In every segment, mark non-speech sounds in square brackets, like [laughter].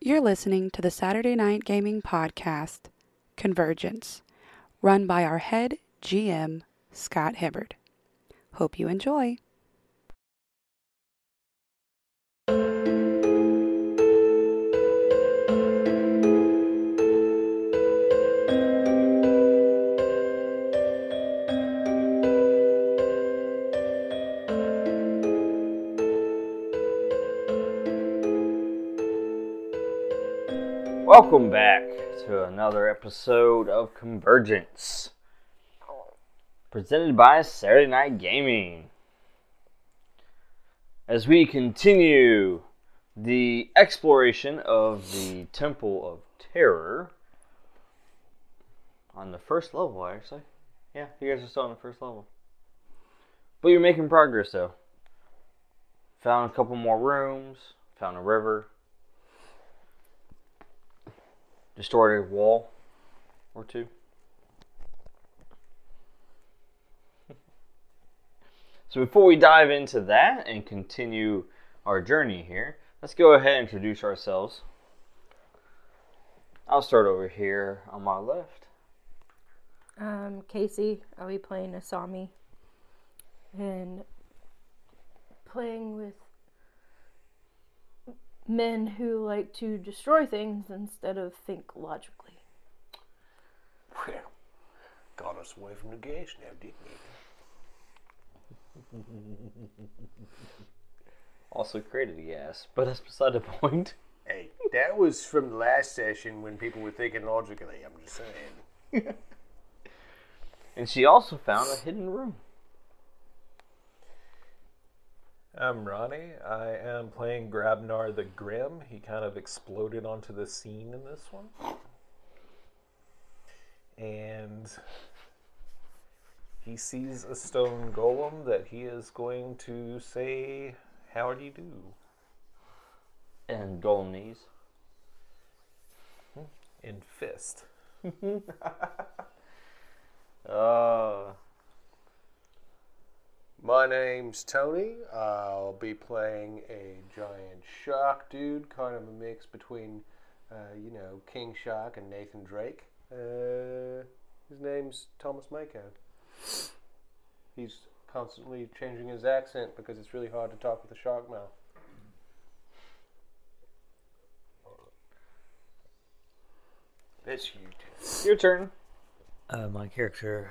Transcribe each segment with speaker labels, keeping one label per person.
Speaker 1: You're listening to the Saturday Night Gaming Podcast, Convergence, run by our head GM, Scott Hibbard. Hope you enjoy.
Speaker 2: Welcome back to another episode of Convergence, presented by Saturday Night Gaming. As we continue the exploration of the Temple of Terror on the first level, actually. Yeah, you guys are still on the first level. But you're making progress, though. Found a couple more rooms, found a river, destroyed a wall or two. [laughs] so before we dive into that and continue our journey here, let's go ahead and introduce ourselves. I'll start over here on my left.
Speaker 3: Um, Casey, I'll be playing Asami and playing with men who like to destroy things instead of think logically.
Speaker 4: Well, got us away from the gas now, didn't it?
Speaker 2: Also created a gas, but that's beside the [laughs] point.
Speaker 4: Hey, that was from the last session when people were thinking logically. I'm just saying.
Speaker 2: And she also found a hidden room.
Speaker 5: I'm Ronnie. I am playing Grabnar the Grim. He kind of exploded onto the scene in this one. And he sees a stone golem that he is going to say, How do you do?
Speaker 2: And golden knees.
Speaker 5: in fist.
Speaker 2: Uh,
Speaker 4: My name's Tony. I'll be playing a giant shark dude, kind of a mix between, uh, you know, King Shark and Nathan Drake. Uh, his name's Thomas Mako. He's constantly changing his accent because it's really hard to talk with a shark mouth. That's huge.
Speaker 2: your turn.
Speaker 6: Uh, my character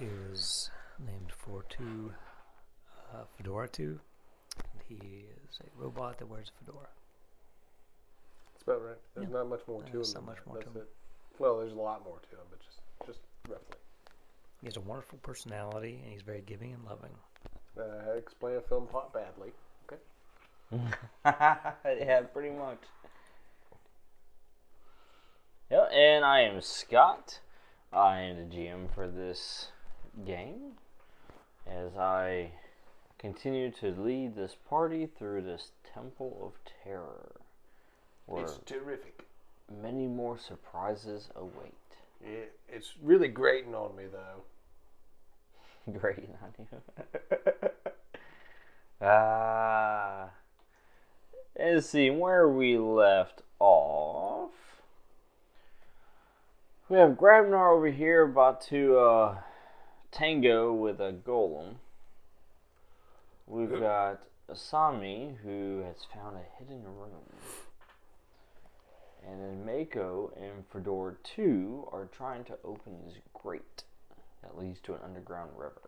Speaker 6: is named Fortu uh, Fedoratu. and He is a robot that wears a fedora.
Speaker 4: That's about right. There's not much more to him.
Speaker 6: There's
Speaker 4: than
Speaker 6: not much
Speaker 4: that.
Speaker 6: more to
Speaker 4: That's
Speaker 6: him.
Speaker 4: it. Well, there's a lot more to him, but just just roughly.
Speaker 6: He has a wonderful personality and he's very giving and loving.
Speaker 4: Uh, explain a film plot badly. Okay.
Speaker 2: [laughs] yeah, pretty much. Yeah, and I am Scott. I am the GM for this game. As I continue to lead this party through this Temple of Terror, where
Speaker 4: It's terrific.
Speaker 2: many more surprises await.
Speaker 4: It, it's really grating on me though.
Speaker 2: [laughs] Great idea. [laughs] Ah. let's see, where we left off. We have Grabnar over here about to uh, tango with a golem. We've got Asami, who has found a hidden room. And then Mako and Fedora 2 are trying to open this grate that leads to an underground river.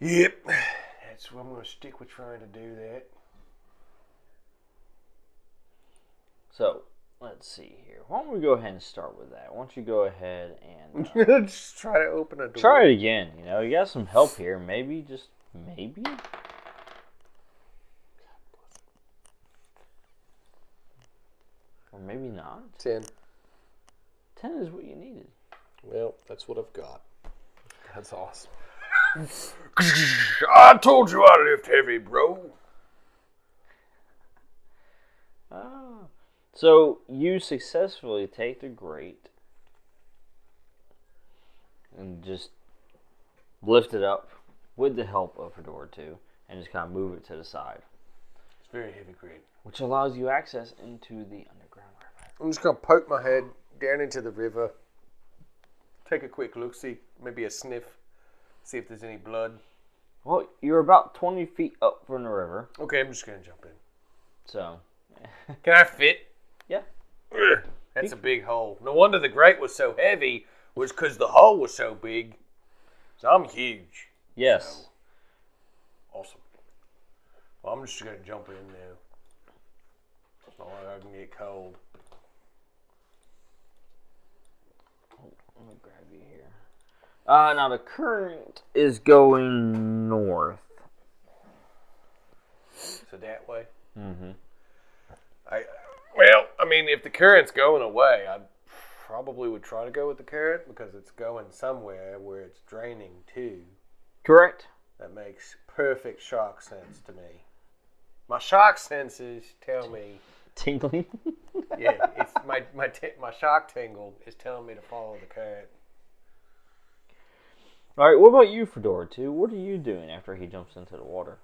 Speaker 4: Yep. That's what I'm gonna stick with trying to do that.
Speaker 2: So let's see here. Why don't we go ahead and start with that? Why don't you go ahead
Speaker 4: [laughs]
Speaker 2: and uh,
Speaker 4: [laughs] just try to open a door.
Speaker 2: try it again? You know, you got some help here. Maybe just maybe. Or maybe not.
Speaker 4: Ten.
Speaker 2: Ten is what you needed.
Speaker 4: Well, that's what I've got.
Speaker 5: That's awesome.
Speaker 4: I told you I lift heavy, bro.
Speaker 2: Ah. So you successfully take the grate and just lift it up with the help of Fedora 2 and just kind of move it to the side.
Speaker 4: It's very heavy grate.
Speaker 2: which allows you access into the underground archive.
Speaker 4: I'm just gonna poke my head down into the river, take a quick look, see maybe a sniff, see if there's any blood.
Speaker 2: Well, you're about 20 feet up from the river,
Speaker 4: Okay, I'm just gonna jump in.
Speaker 2: so
Speaker 4: Can I fit?
Speaker 2: yeah.
Speaker 4: Ugh, That's a big hole. No wonder the grate was so heavy, was because the hole was so big. So I'm huge.
Speaker 2: Yes.
Speaker 4: Awesome. Well, I'm just gonna jump in now. Oh, I can get cold.
Speaker 2: Let me grab you here. Uh, now the current is going north.
Speaker 4: So that way.
Speaker 2: Mm-hmm.
Speaker 4: I well, I mean, if the current's going away, I probably would try to go with the current because it's going somewhere where it's draining too.
Speaker 2: Correct?
Speaker 4: That makes perfect shark sense to me. My shark senses tell me,
Speaker 2: [laughs] Tingling?
Speaker 4: yeah, it's my my t- my shark tingle is telling me to follow the current.
Speaker 2: Alright, what about you, Fedora 2? What are you doing after he jumps into the water?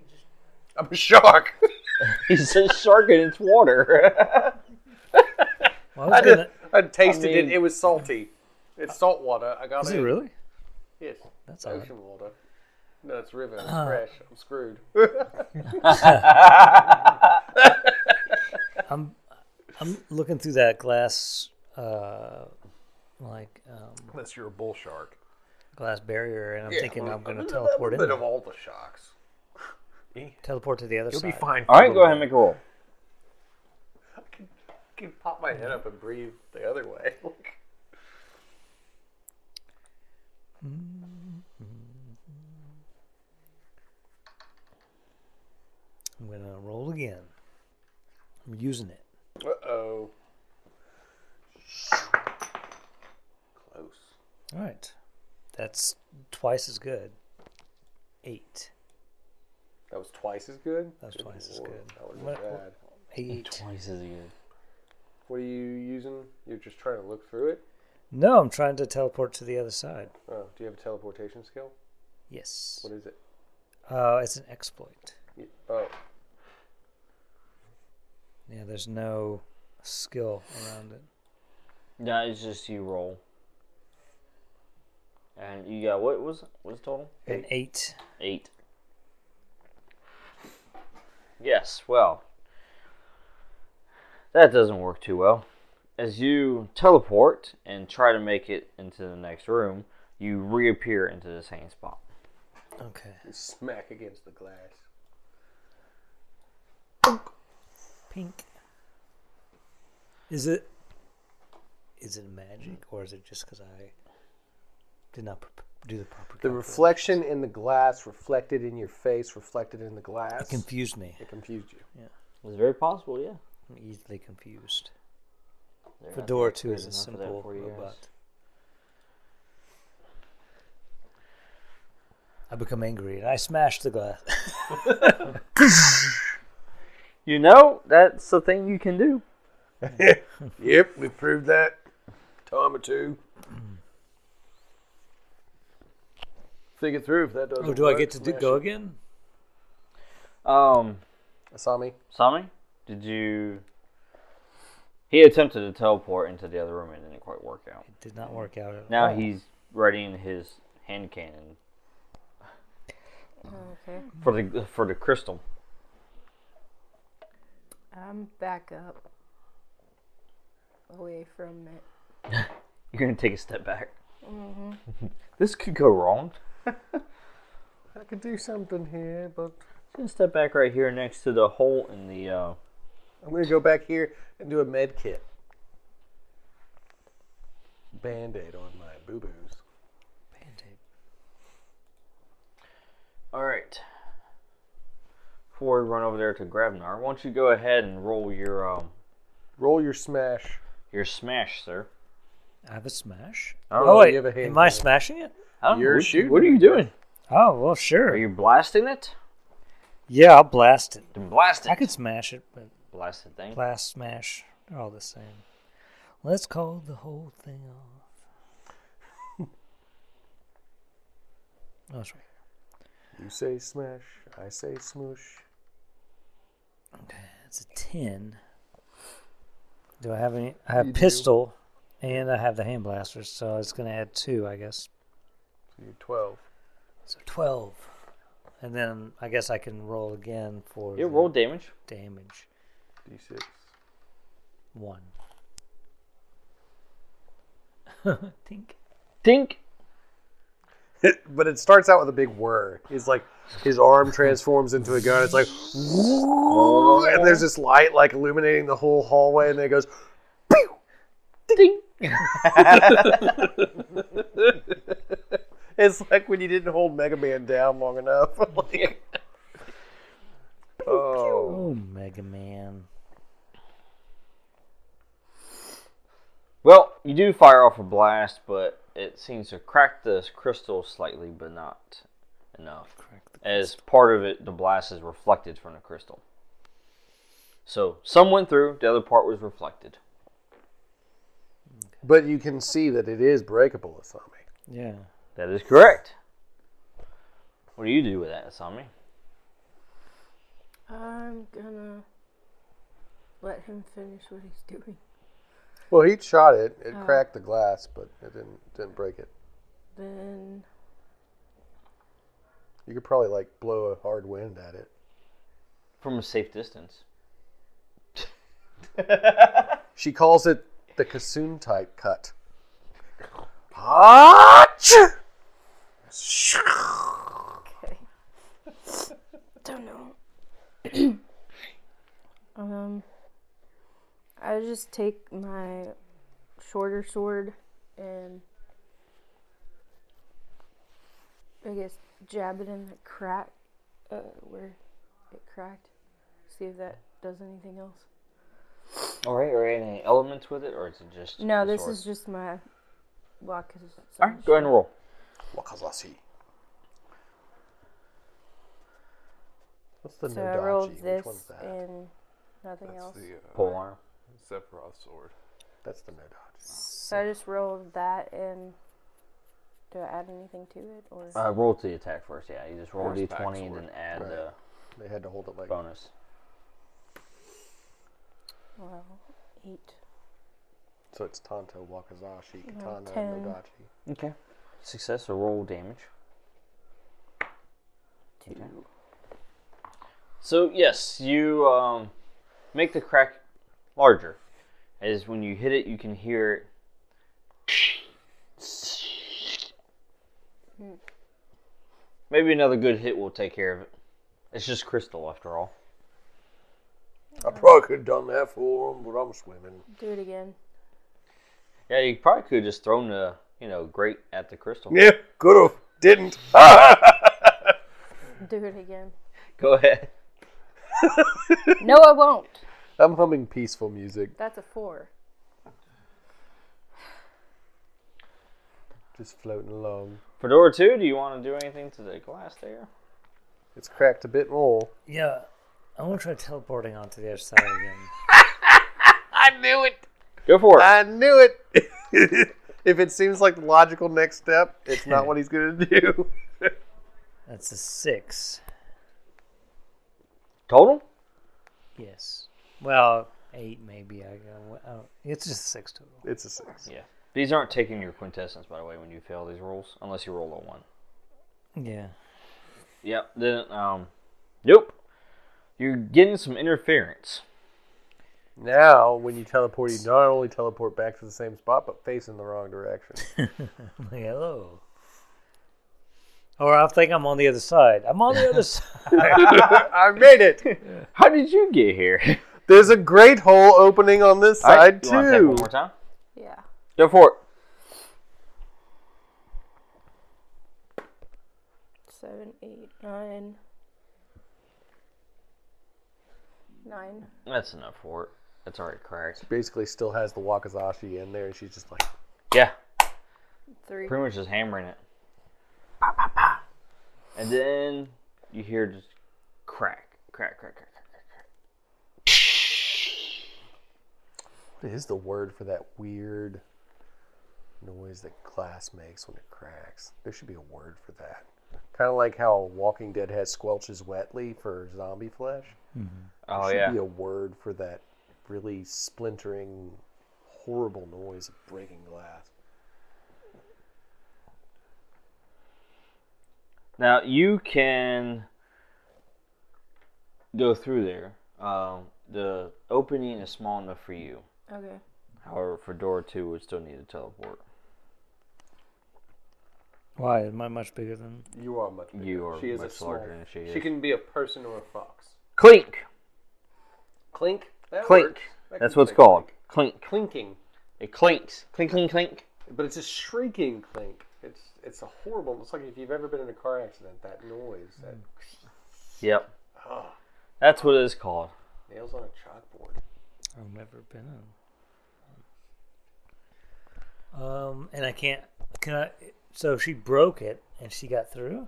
Speaker 2: [laughs]
Speaker 4: I'm a shark. [laughs]
Speaker 2: He's a shark in its water. [laughs]
Speaker 6: Well, I
Speaker 4: I,
Speaker 6: was
Speaker 4: did,
Speaker 6: gonna,
Speaker 4: I tasted
Speaker 2: mean-
Speaker 4: it. It was salty. It's salt water. I got
Speaker 6: is it really?
Speaker 4: Yes,
Speaker 6: That's Uh-huh. all right.
Speaker 4: ocean water. No, it's river. It's fresh. I'm screwed.
Speaker 6: I'm I'm looking through that glass, uh, like um,
Speaker 5: Unless you're a bull shark.
Speaker 6: glass barrier, and I'm
Speaker 4: Yeah,
Speaker 6: thinking
Speaker 4: well,
Speaker 6: I'm going
Speaker 4: a
Speaker 6: to
Speaker 4: little
Speaker 6: teleport in.
Speaker 4: bit
Speaker 6: there.
Speaker 4: of all the sharks.
Speaker 6: Teleport to the other
Speaker 5: You'll
Speaker 6: side.
Speaker 5: be fine.
Speaker 2: Alright, go ahead and make a roll.
Speaker 4: can pop my head up and breathe the other way. [laughs] Like,
Speaker 6: I'm going to roll again. I'm using it.
Speaker 4: uh oh. Close.
Speaker 6: All right, that's twice as good. Eight.
Speaker 4: That was twice as good.
Speaker 6: That was twice as
Speaker 4: lord,
Speaker 6: good.
Speaker 4: That was
Speaker 6: What-
Speaker 4: bad.
Speaker 6: Eight.
Speaker 2: Twice as good.
Speaker 4: What are you using? You're just trying to look through it.
Speaker 6: No, I'm trying to teleport to the other side.
Speaker 4: Oh, do you have a teleportation skill?
Speaker 6: Yes.
Speaker 4: What is it?
Speaker 6: Uh, it's an exploit.
Speaker 4: You- Oh,
Speaker 6: Yeah, there's no skill around it.
Speaker 2: No, it's just you roll. And you got what was was total?
Speaker 6: An eight.
Speaker 2: Eight. Yes, well. That doesn't work too well. As you teleport and try to make it into the next room, you reappear into the same spot.
Speaker 6: Okay.
Speaker 4: you smack against the glass.
Speaker 6: Pink. Is it? Is it magic, or is it just because I did not prep do the proper?
Speaker 4: The
Speaker 6: calculus?
Speaker 4: reflection in the glass reflected in your face, reflected in the glass.
Speaker 6: It confused me.
Speaker 4: It confused you.
Speaker 2: It's very possible, yeah.
Speaker 6: I'm easily confused.
Speaker 2: They're not
Speaker 6: Fedora
Speaker 2: doing
Speaker 6: two is
Speaker 2: good
Speaker 6: a
Speaker 2: enough for that
Speaker 6: simple
Speaker 2: for you guys.
Speaker 6: robot. I become angry and I smash the glass.
Speaker 2: You know, that's the thing you can do.
Speaker 4: Yep, we proved that. Time or two. Think it through if that doesn't.
Speaker 6: [laughs] oh, do I
Speaker 4: work,
Speaker 6: get to do,
Speaker 4: smash
Speaker 6: go
Speaker 4: it.
Speaker 6: again?
Speaker 2: Um,
Speaker 4: Asami,
Speaker 2: Sami, did you? He attempted to teleport into the other room and it didn't quite work out.
Speaker 6: Did not work out. At
Speaker 2: Now
Speaker 6: all.
Speaker 2: he's readying his hand cannon
Speaker 3: Okay.
Speaker 2: for the for the crystal.
Speaker 3: I'm back up. Away from it.
Speaker 2: You're gonna take a step back. [laughs] this could go wrong.
Speaker 4: I could do something here, but
Speaker 2: Just gonna step back right here next to the hole in the. Uh,
Speaker 4: I'm gonna go back here and do a med kit. Band aid on my boo boos.
Speaker 6: Band-Aid.
Speaker 2: All right. Before we run over there to Grabnar, why don't you go ahead and roll your um
Speaker 4: Roll your smash.
Speaker 2: your smash, sir?
Speaker 6: I have a smash.
Speaker 2: Oh,
Speaker 6: Oh wait,
Speaker 4: you have a hand
Speaker 6: am I
Speaker 4: cannon.
Speaker 6: smashing it?
Speaker 2: I don't know,
Speaker 4: You're
Speaker 2: what,
Speaker 4: shooting
Speaker 2: What are you
Speaker 4: it.
Speaker 2: doing?
Speaker 6: Oh well,
Speaker 2: Are
Speaker 6: sure.
Speaker 2: you blasting it?
Speaker 6: Yeah, I'll blast it.
Speaker 2: Then blast
Speaker 6: I
Speaker 2: it.
Speaker 6: could smash it, but
Speaker 2: Blast the thing.
Speaker 6: blast, smash, they're all the same. Let's call the whole thing off. [laughs] oh, that's right.
Speaker 4: You say smash, I say smoosh.
Speaker 6: It's a ten. Do I have any? I have
Speaker 4: You do.
Speaker 6: pistol, and I have the hand blaster, so it's gonna add two, I guess.
Speaker 4: So you're 12.
Speaker 6: So twelve, and then I guess I can roll again for
Speaker 2: Yeah,
Speaker 6: the
Speaker 2: roll damage.
Speaker 6: damage.
Speaker 4: D6.
Speaker 6: One. [laughs] Tink.
Speaker 2: Tink.
Speaker 4: [laughs] but it starts out with a big whir. He's like, his arm transforms into a gun. It's like, "Woo," and there's this light like illuminating the whole hallway, and then it goes, pew!
Speaker 2: Ding.
Speaker 4: [laughs] It's like when you didn't hold Mega Man down long enough. [laughs] like, oh.
Speaker 6: Oh, Mega Man.
Speaker 2: Well, you do fire off a blast, but it seems to crack the crystal slightly, but not enough. As part of it, the blast is reflected from the crystal. So some went through, the other part was reflected.
Speaker 4: But you can see that it is breakable, Asami.
Speaker 6: Yeah.
Speaker 2: That is correct. What do you do with that, Asami?
Speaker 3: I'm gonna let him finish what he's doing.
Speaker 4: Well, he shot it. It
Speaker 3: Oh.
Speaker 4: cracked the glass, but it didn't didn't break it.
Speaker 3: Then
Speaker 4: You could probably like blow a hard wind at it.
Speaker 2: From a safe distance.
Speaker 4: She calls it the Kasun type cut. Hotch!
Speaker 3: okay. Don't know. [clears throat] um, I just take my shorter sword and I guess jab it in the crack uh, where it cracked. See if that does anything else.
Speaker 2: Alright, are any elements with it, or is it just.
Speaker 3: No,
Speaker 2: the
Speaker 3: this
Speaker 2: sword?
Speaker 3: is just my walk. 'cause it's
Speaker 2: Alright, go ahead and roll.
Speaker 4: Wakazashi. What's the
Speaker 3: So
Speaker 4: no
Speaker 3: I rolled
Speaker 4: Which
Speaker 3: this
Speaker 4: one's that?
Speaker 3: and nothing else.
Speaker 2: Pole arm.
Speaker 5: Sephiroth sword.
Speaker 4: That's the no dodge.
Speaker 3: So I just rolled that and do I add anything to it or
Speaker 2: Uh, roll to the attack first, yeah. You just roll
Speaker 5: Horseback
Speaker 2: d20 and
Speaker 5: sword.
Speaker 2: then add the
Speaker 4: They had to hold it like
Speaker 2: bonus.
Speaker 3: well eight.
Speaker 4: so. It's Tonto, Wakazashi, Katana,
Speaker 3: ten.
Speaker 4: no
Speaker 2: Okay. Success or roll damage. Okay. So yes, you um, make the crack larger. As when you hit it, you can hear it. Maybe another good hit will take care of it. It's just crystal after all.
Speaker 4: I probably could have done that for him, but I'm swimming.
Speaker 3: Do it again. [laughs]
Speaker 2: Yeah, you probably could have just thrown the you know grate at the crystal.
Speaker 4: Yeah, could have. [laughs] Didn't.
Speaker 3: Do it again.
Speaker 2: Go ahead. [laughs]
Speaker 3: no I won't.
Speaker 4: I'm humming peaceful music
Speaker 3: That's a four.
Speaker 4: just floating along.
Speaker 2: Fedora two, do you want to do anything to the glass there?
Speaker 4: It's cracked a bit more.
Speaker 6: Yeah. I want to try teleporting onto the other side again.
Speaker 4: I knew it.
Speaker 2: Go for it.
Speaker 4: [laughs] I knew it. [laughs] if it seems like the logical next step, it's not what he's going to do. [laughs]
Speaker 6: That's a six.
Speaker 2: Total.
Speaker 6: Yes. Well, eight maybe. I, I don't, it's just six total.
Speaker 4: It's a six.
Speaker 2: Yeah. These aren't taking your quintessence, by the way, when you fail these rolls, unless you roll a one.
Speaker 6: Yeah.
Speaker 2: Yep. Then, um, nope. You're getting some interference.
Speaker 4: Now, when you teleport, you not only teleport back to the same spot, but facing the wrong direction.
Speaker 6: Hello. Or I think I'm on the other side. I'm on the other side.
Speaker 4: [laughs] I made it.
Speaker 2: How did you get here?
Speaker 4: [laughs]
Speaker 2: [laughs]
Speaker 4: There's a great hole opening on this
Speaker 2: All right,
Speaker 4: side
Speaker 2: you wanna attack
Speaker 4: too.
Speaker 2: One more time.
Speaker 3: Yeah.
Speaker 2: Go for it.
Speaker 3: Seven, eight, nine. Nine.
Speaker 2: That's enough for it. That's already correct.
Speaker 4: Basically, still has the Wakazashi in there, and she's just like,
Speaker 2: Yeah.
Speaker 3: Three.
Speaker 2: Pretty much just hammering it. And then you hear just crack, crack, crack, crack, crack, crack, crack.
Speaker 4: "What is the word for that weird noise that glass makes when it cracks? There should be a word for that." Kind of like how Walking Dead has squelches wetly for zombie flesh.
Speaker 2: Oh
Speaker 4: should
Speaker 2: yeah.
Speaker 4: be a word for that really splintering, horrible noise of breaking glass.
Speaker 2: Now you can go through there. Um, the opening is small enough for you.
Speaker 3: Okay.
Speaker 2: However, for door two, would still need to teleport.
Speaker 6: Why? Am I much bigger than?
Speaker 4: You are much bigger.
Speaker 2: You are
Speaker 4: she is
Speaker 2: much
Speaker 4: a small-
Speaker 2: larger than she
Speaker 4: She
Speaker 2: is.
Speaker 4: can be a person or a fox.
Speaker 2: Clink,
Speaker 4: Clink. That
Speaker 2: clink.
Speaker 4: works. That
Speaker 2: That's
Speaker 4: can
Speaker 2: what's
Speaker 4: say
Speaker 2: called
Speaker 4: clink.
Speaker 2: clink.
Speaker 4: Clinking,
Speaker 2: It clinks. Clink, clink, clink.
Speaker 4: but it's a shrieking clink. It's it's a horrible. It's like if you've ever been in a car accident, that noise that
Speaker 2: Yep.
Speaker 4: ah,
Speaker 2: That's what it is called.
Speaker 4: nails on a chalkboard.
Speaker 6: I've never been in. Um, and I can't. Can I? So she broke it, and she got through.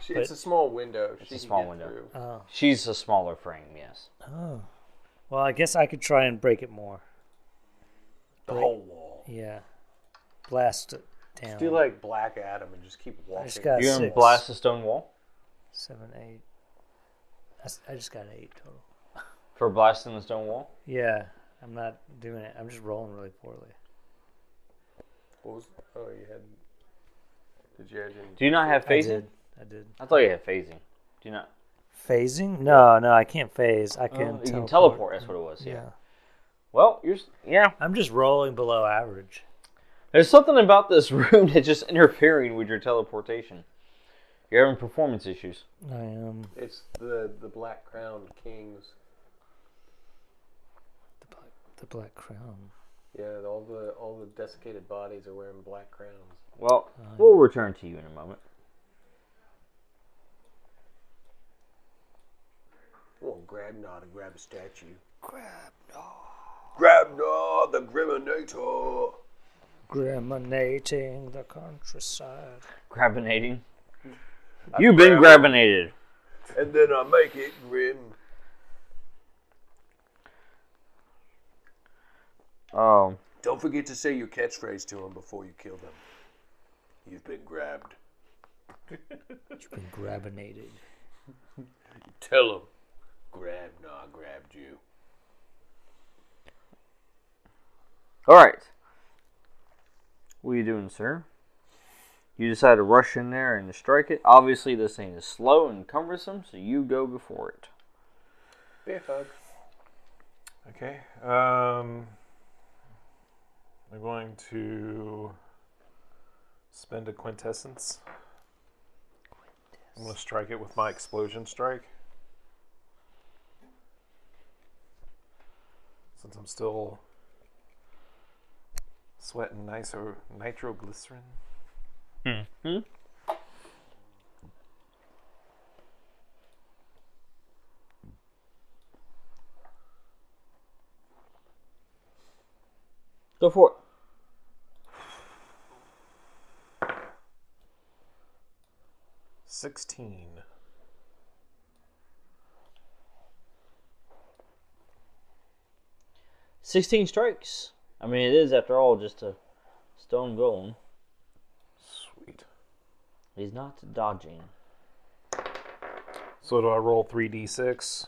Speaker 4: She, it's a small window. It's
Speaker 2: a small window.
Speaker 4: Through.
Speaker 6: Oh,
Speaker 2: She's a smaller frame, yes.
Speaker 6: oh. Well, I guess I could try and break it more.
Speaker 4: The whole wall.
Speaker 6: Yeah, blast it down.
Speaker 4: Do like Black Adam and just keep
Speaker 6: I
Speaker 4: walking.
Speaker 6: just got
Speaker 2: You're gonna
Speaker 6: six,
Speaker 2: blast the stone wall
Speaker 6: seven, eight. I s- I just got eight total.
Speaker 2: for blasting the stone wall.
Speaker 6: Yeah, I'm not doing it. I'm just rolling really poorly.
Speaker 4: What was, oh, you had. Did you add in?
Speaker 2: Do you not have
Speaker 6: I
Speaker 2: phasing?
Speaker 6: did. I did.
Speaker 2: I, thought you had phasing. Do you not?
Speaker 6: Phasing? No, no, I can't phase. I can.
Speaker 2: Oh,
Speaker 6: teleport.
Speaker 2: you can teleport. That's what it was. Yeah.
Speaker 6: Yeah.
Speaker 2: Well, you're s- yeah.
Speaker 6: I'm just rolling below average.
Speaker 2: There's something about this [laughs] room that's just interfering with your teleportation. You're having performance issues.
Speaker 6: I am
Speaker 4: It's the the black crowned kings.
Speaker 6: the black, the black crown.
Speaker 4: Yeah, all the all the desiccated bodies are wearing black crowns.
Speaker 2: Well, we'll return to you in a moment.
Speaker 4: Oh, Grabnaw to grab a statue. Grabnaw. Grabnaw, the Griminator.
Speaker 6: Griminating the countryside.
Speaker 2: Grabinating. You've been grabinated.
Speaker 4: And then I make it grim.
Speaker 2: Um.
Speaker 4: Don't forget to say your catchphrase to him before you kill them. You've been grabbed.
Speaker 6: You've been grabinated.
Speaker 4: Tell him. Grabnaw grabbed you.
Speaker 2: All right. What are you doing, sir? You decide to rush in there and strike it. Obviously, this thing is slow and cumbersome, so you go before it.
Speaker 4: Bear hug.
Speaker 5: Okay. Um, I'm going to spend a quintessence. I'm going to strike it with my explosion strike. Since I'm still sweating niso- nitroglycerin.
Speaker 2: Go for it.
Speaker 5: Sixteen.
Speaker 2: Sixteen strikes. I mean, it is after all just a stone golem.
Speaker 5: Sweet.
Speaker 2: He's not dodging.
Speaker 5: So do I roll three d six?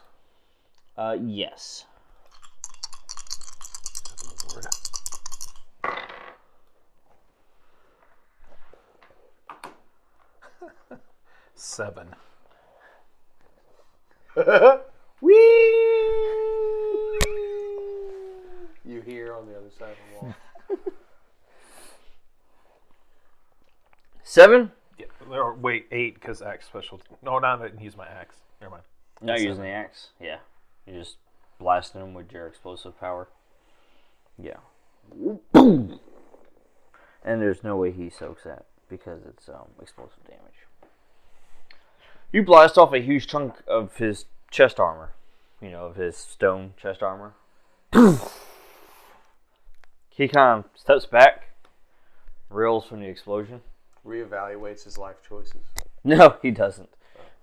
Speaker 2: Uh, yes.
Speaker 5: [laughs] Seven.
Speaker 4: You hear on the other side of the wall.
Speaker 2: Seven.
Speaker 5: Yeah. Or wait, eight because axe special. No, no, I didn't use my axe. Never mind.
Speaker 2: Not using the axe. Yeah, you're just blasting him with your explosive power. Yeah. Boom. And there's no way he soaks that because it's um, explosive damage. You blast off a huge chunk of his chest armor. You know, of his stone chest armor. he kind of steps back, reels from the explosion.
Speaker 4: Reevaluates his life choices.
Speaker 2: [laughs] No, he doesn't.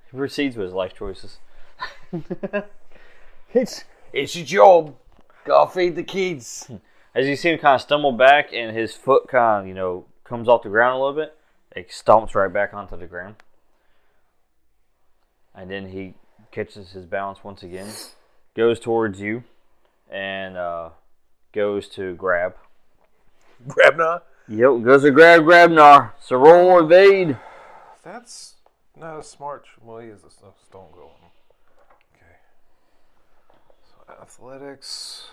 Speaker 2: He proceeds with his life choices.
Speaker 4: It's it's your job. Go feed the kids.
Speaker 2: As you see him kind of stumble back and his foot kind of, you know, comes off the ground a little bit, it stomps right back onto the ground. and then he catches his balance once again, goes towards you, and uh, goes to grab.
Speaker 7: Grabna?
Speaker 2: Yep, goes to grab Grabnar. So roll evade.
Speaker 7: That's not a smart. ch- Well, he is a s- a stone golem. Okay. So athletics.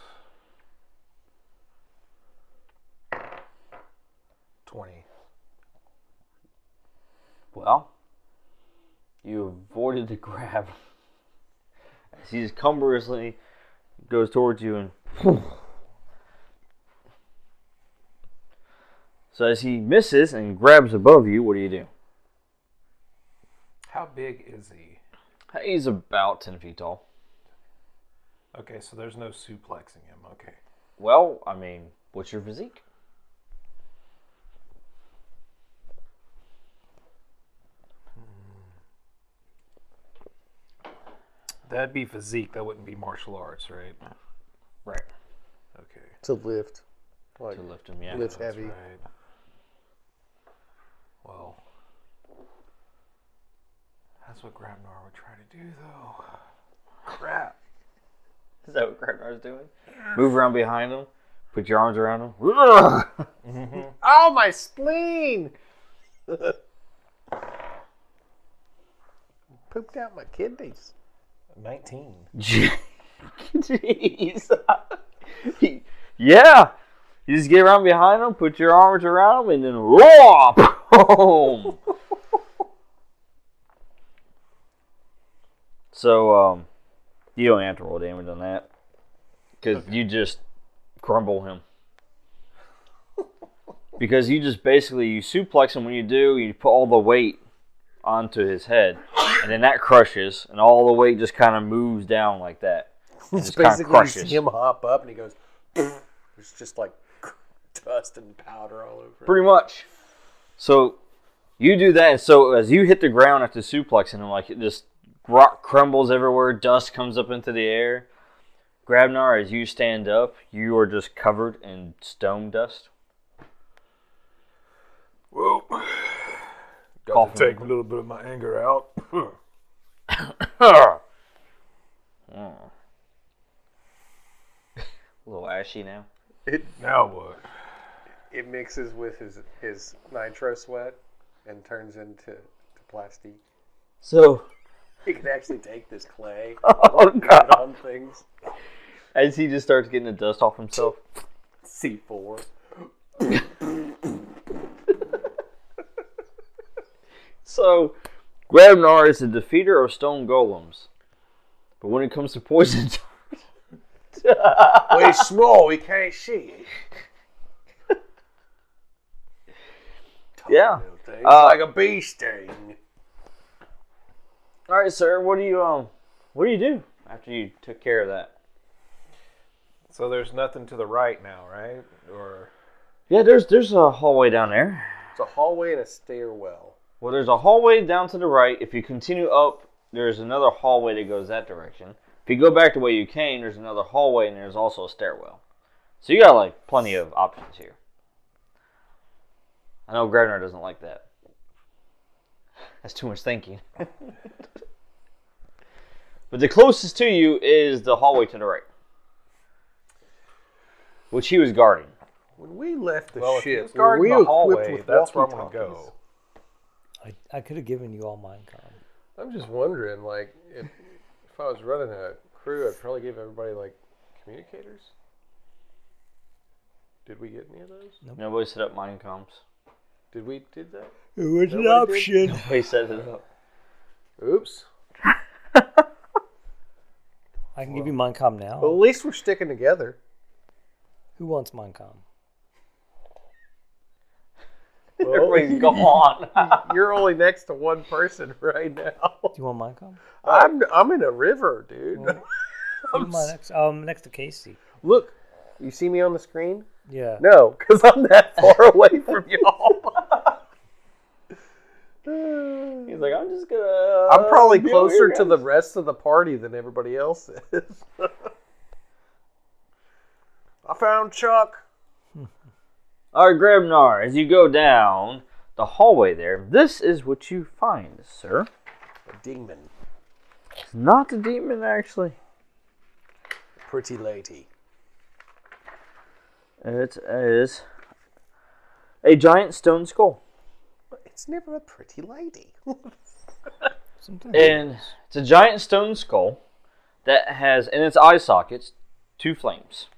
Speaker 7: Twenty.
Speaker 2: Well, you avoided the grab. [laughs] As he just cumbrously goes towards you and. [sighs] so as he misses and grabs above you, what do you do?
Speaker 7: How big is he?
Speaker 2: He's about 10 feet tall.
Speaker 7: Okay, so there's no suplexing him. Okay.
Speaker 2: Well, I mean, what's your physique?
Speaker 7: That'd be physique. That wouldn't be martial arts, right?
Speaker 2: Right.
Speaker 7: Okay.
Speaker 4: To lift. Like,
Speaker 2: To lift him, yeah.
Speaker 4: lift heavy.
Speaker 7: Right. Well, that's what Grabnar would try to do, though. Crap.
Speaker 2: Is that what Grabnar's doing? Move around behind him, put your arms around him.
Speaker 7: Mm-hmm.
Speaker 4: Oh, my
Speaker 7: [laughs]
Speaker 4: spleen! Pooped out my kidneys.
Speaker 7: 19.
Speaker 2: [laughs] Jeez. yeah. You just get around behind him, put your arms around him, and then roar! Boom! so, um, you don't have to roll damage on that. Because you just crumble him. because you just basically, you suplex him. When you do, you put all the weight onto his head. And then that crushes, and all the weight just kind of moves down like that.
Speaker 4: It's
Speaker 2: just kinda
Speaker 4: basically you see
Speaker 2: crushes.
Speaker 4: him hop up and he goes. [laughs] There's just like [laughs] dust and powder all over. him.
Speaker 2: Pretty much. So you do that, and so as you hit the ground after suplexing him, like it just rock crumbles everywhere, dust comes up into the air. Grabnar, as you stand up, you are just covered in stone dust.
Speaker 7: Whoa. Got
Speaker 2: Coughing.
Speaker 7: to take a little bit of my anger out. [laughs]
Speaker 2: [laughs] A little ashy now.
Speaker 7: now what?
Speaker 4: It mixes with his his nitro sweat and turns into to plastic.
Speaker 2: So, [laughs]
Speaker 4: He can actually take this clay
Speaker 2: oh
Speaker 4: put it on things.
Speaker 2: as he just starts getting the dust off himself,
Speaker 4: C four.
Speaker 2: So, Grabnar is the defeater of stone golems. But when it comes to poison [laughs]
Speaker 4: Well, he's small. We can't see.
Speaker 2: Yeah.
Speaker 4: Little thing.
Speaker 2: Uh,
Speaker 4: like a bee sting.
Speaker 2: Alright, sir, what do you um what do you do after you took care of that?
Speaker 7: So there's nothing to the right now, right? Or
Speaker 2: Yeah, there's there's a hallway down there.
Speaker 4: It's a hallway and a stairwell.
Speaker 2: Well there's a hallway down to the right. If you continue up, there's another hallway that goes that direction. If you go back the way you came, there's another hallway and there's also a stairwell. So you got like plenty of options here. I know Grabnar doesn't like that. [laughs] That's too much thinking. [laughs] but the closest to you is the hallway to the right, which he was guarding.
Speaker 4: When we left the
Speaker 7: well, if he
Speaker 4: ship,
Speaker 7: was guarding
Speaker 4: we were
Speaker 7: the
Speaker 4: equipped
Speaker 7: hallway,
Speaker 4: with
Speaker 7: that's where I'm gonna
Speaker 4: walkie-talkies.
Speaker 7: go.
Speaker 6: I, I could have given you all mine, Colin.
Speaker 4: I'm just wondering, like, if if I was running a crew, I'd probably give everybody like communicators. Did we get any of those?
Speaker 2: Nobody set up mind comps.
Speaker 4: Did we did that?
Speaker 6: It was an
Speaker 4: Nobody
Speaker 6: option.
Speaker 2: Nobody set it up.
Speaker 4: Oops.
Speaker 6: I can give you Minecom now.
Speaker 2: Oh.
Speaker 4: Well, at least we're sticking together. [laughs]
Speaker 6: Who wants Minecom?
Speaker 7: Oh.
Speaker 4: Well,
Speaker 2: Everybody's gone.
Speaker 4: you're only next to one person [laughs] right now.
Speaker 6: Do you want
Speaker 2: [laughs]
Speaker 6: Minecom?
Speaker 4: I'm I'm in a river, dude.
Speaker 6: I'm next, um, next to Casey.
Speaker 4: Look, you see me on the screen?
Speaker 6: Yeah.
Speaker 4: No, because I'm that [laughs] far away from y'all. [laughs]
Speaker 7: [laughs]
Speaker 2: He's like, I'm just gonna. uh,
Speaker 4: I'm probably
Speaker 2: be
Speaker 4: closer
Speaker 2: over
Speaker 4: to
Speaker 2: here,
Speaker 4: the
Speaker 2: guys."
Speaker 4: rest of the party than everybody else is. [laughs] I found Chuck.
Speaker 2: All right, Grimnar, as you go down the hallway there, this is what you find, sir.
Speaker 4: A dingman.
Speaker 2: It's not a demon, actually.
Speaker 7: Pretty lady.
Speaker 2: It is a giant stone skull.
Speaker 7: It's never a pretty lady. [laughs]
Speaker 6: Sometimes.
Speaker 2: And it's a giant stone skull that has in its eye sockets two flames.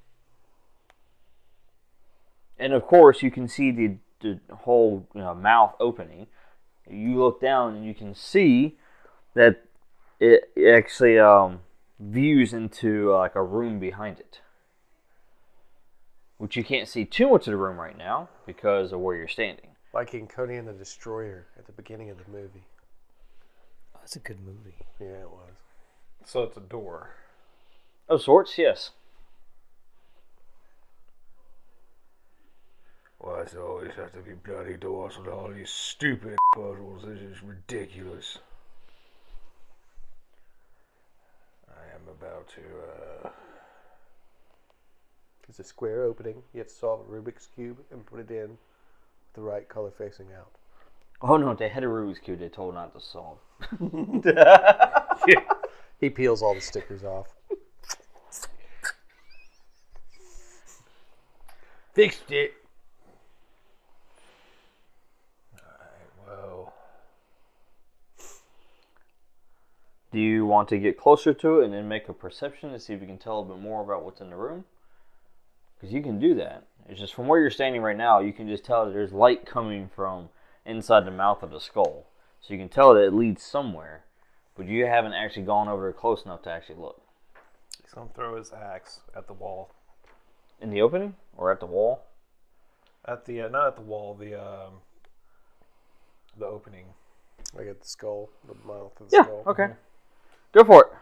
Speaker 2: And of course, you can see the, the whole you know, mouth opening. You look down and you can see that it actually um, views into uh, like a room behind it. Which you can't see too much of the room right now because of where you're standing.
Speaker 7: like in Conan the Destroyer at the beginning of the movie.
Speaker 6: Oh, that's a good movie.
Speaker 7: Yeah, it was.
Speaker 5: So it's a door.
Speaker 2: Of sorts, yes.
Speaker 4: Why does it always have to be bloody doors and all these stupid [laughs] puzzles? This is ridiculous. I am about to, uh.
Speaker 7: It's a square opening. You have to solve a Rubik's Cube and put it in with the right color facing out.
Speaker 2: Oh no, they had a Rubik's Cube they told not to solve.
Speaker 7: He peels all the stickers off.
Speaker 4: Fixed it!
Speaker 5: Well,
Speaker 2: Do you want to get closer to it and then make a perception to see if you can tell a bit more about what's in the room? Because you can do that. It's just from where you're standing right now, you can just tell that there's light coming from inside the mouth of the skull. So you can tell that it leads somewhere, but you haven't actually gone over it close enough to actually look.
Speaker 5: he's gonna throw his axe at the wall.
Speaker 2: In the opening or at the wall?
Speaker 5: At the uh, not at the wall, the um, the opening.
Speaker 7: I get the skull, the mouth of the
Speaker 2: Yeah,
Speaker 7: skull.
Speaker 2: okay. Go for it.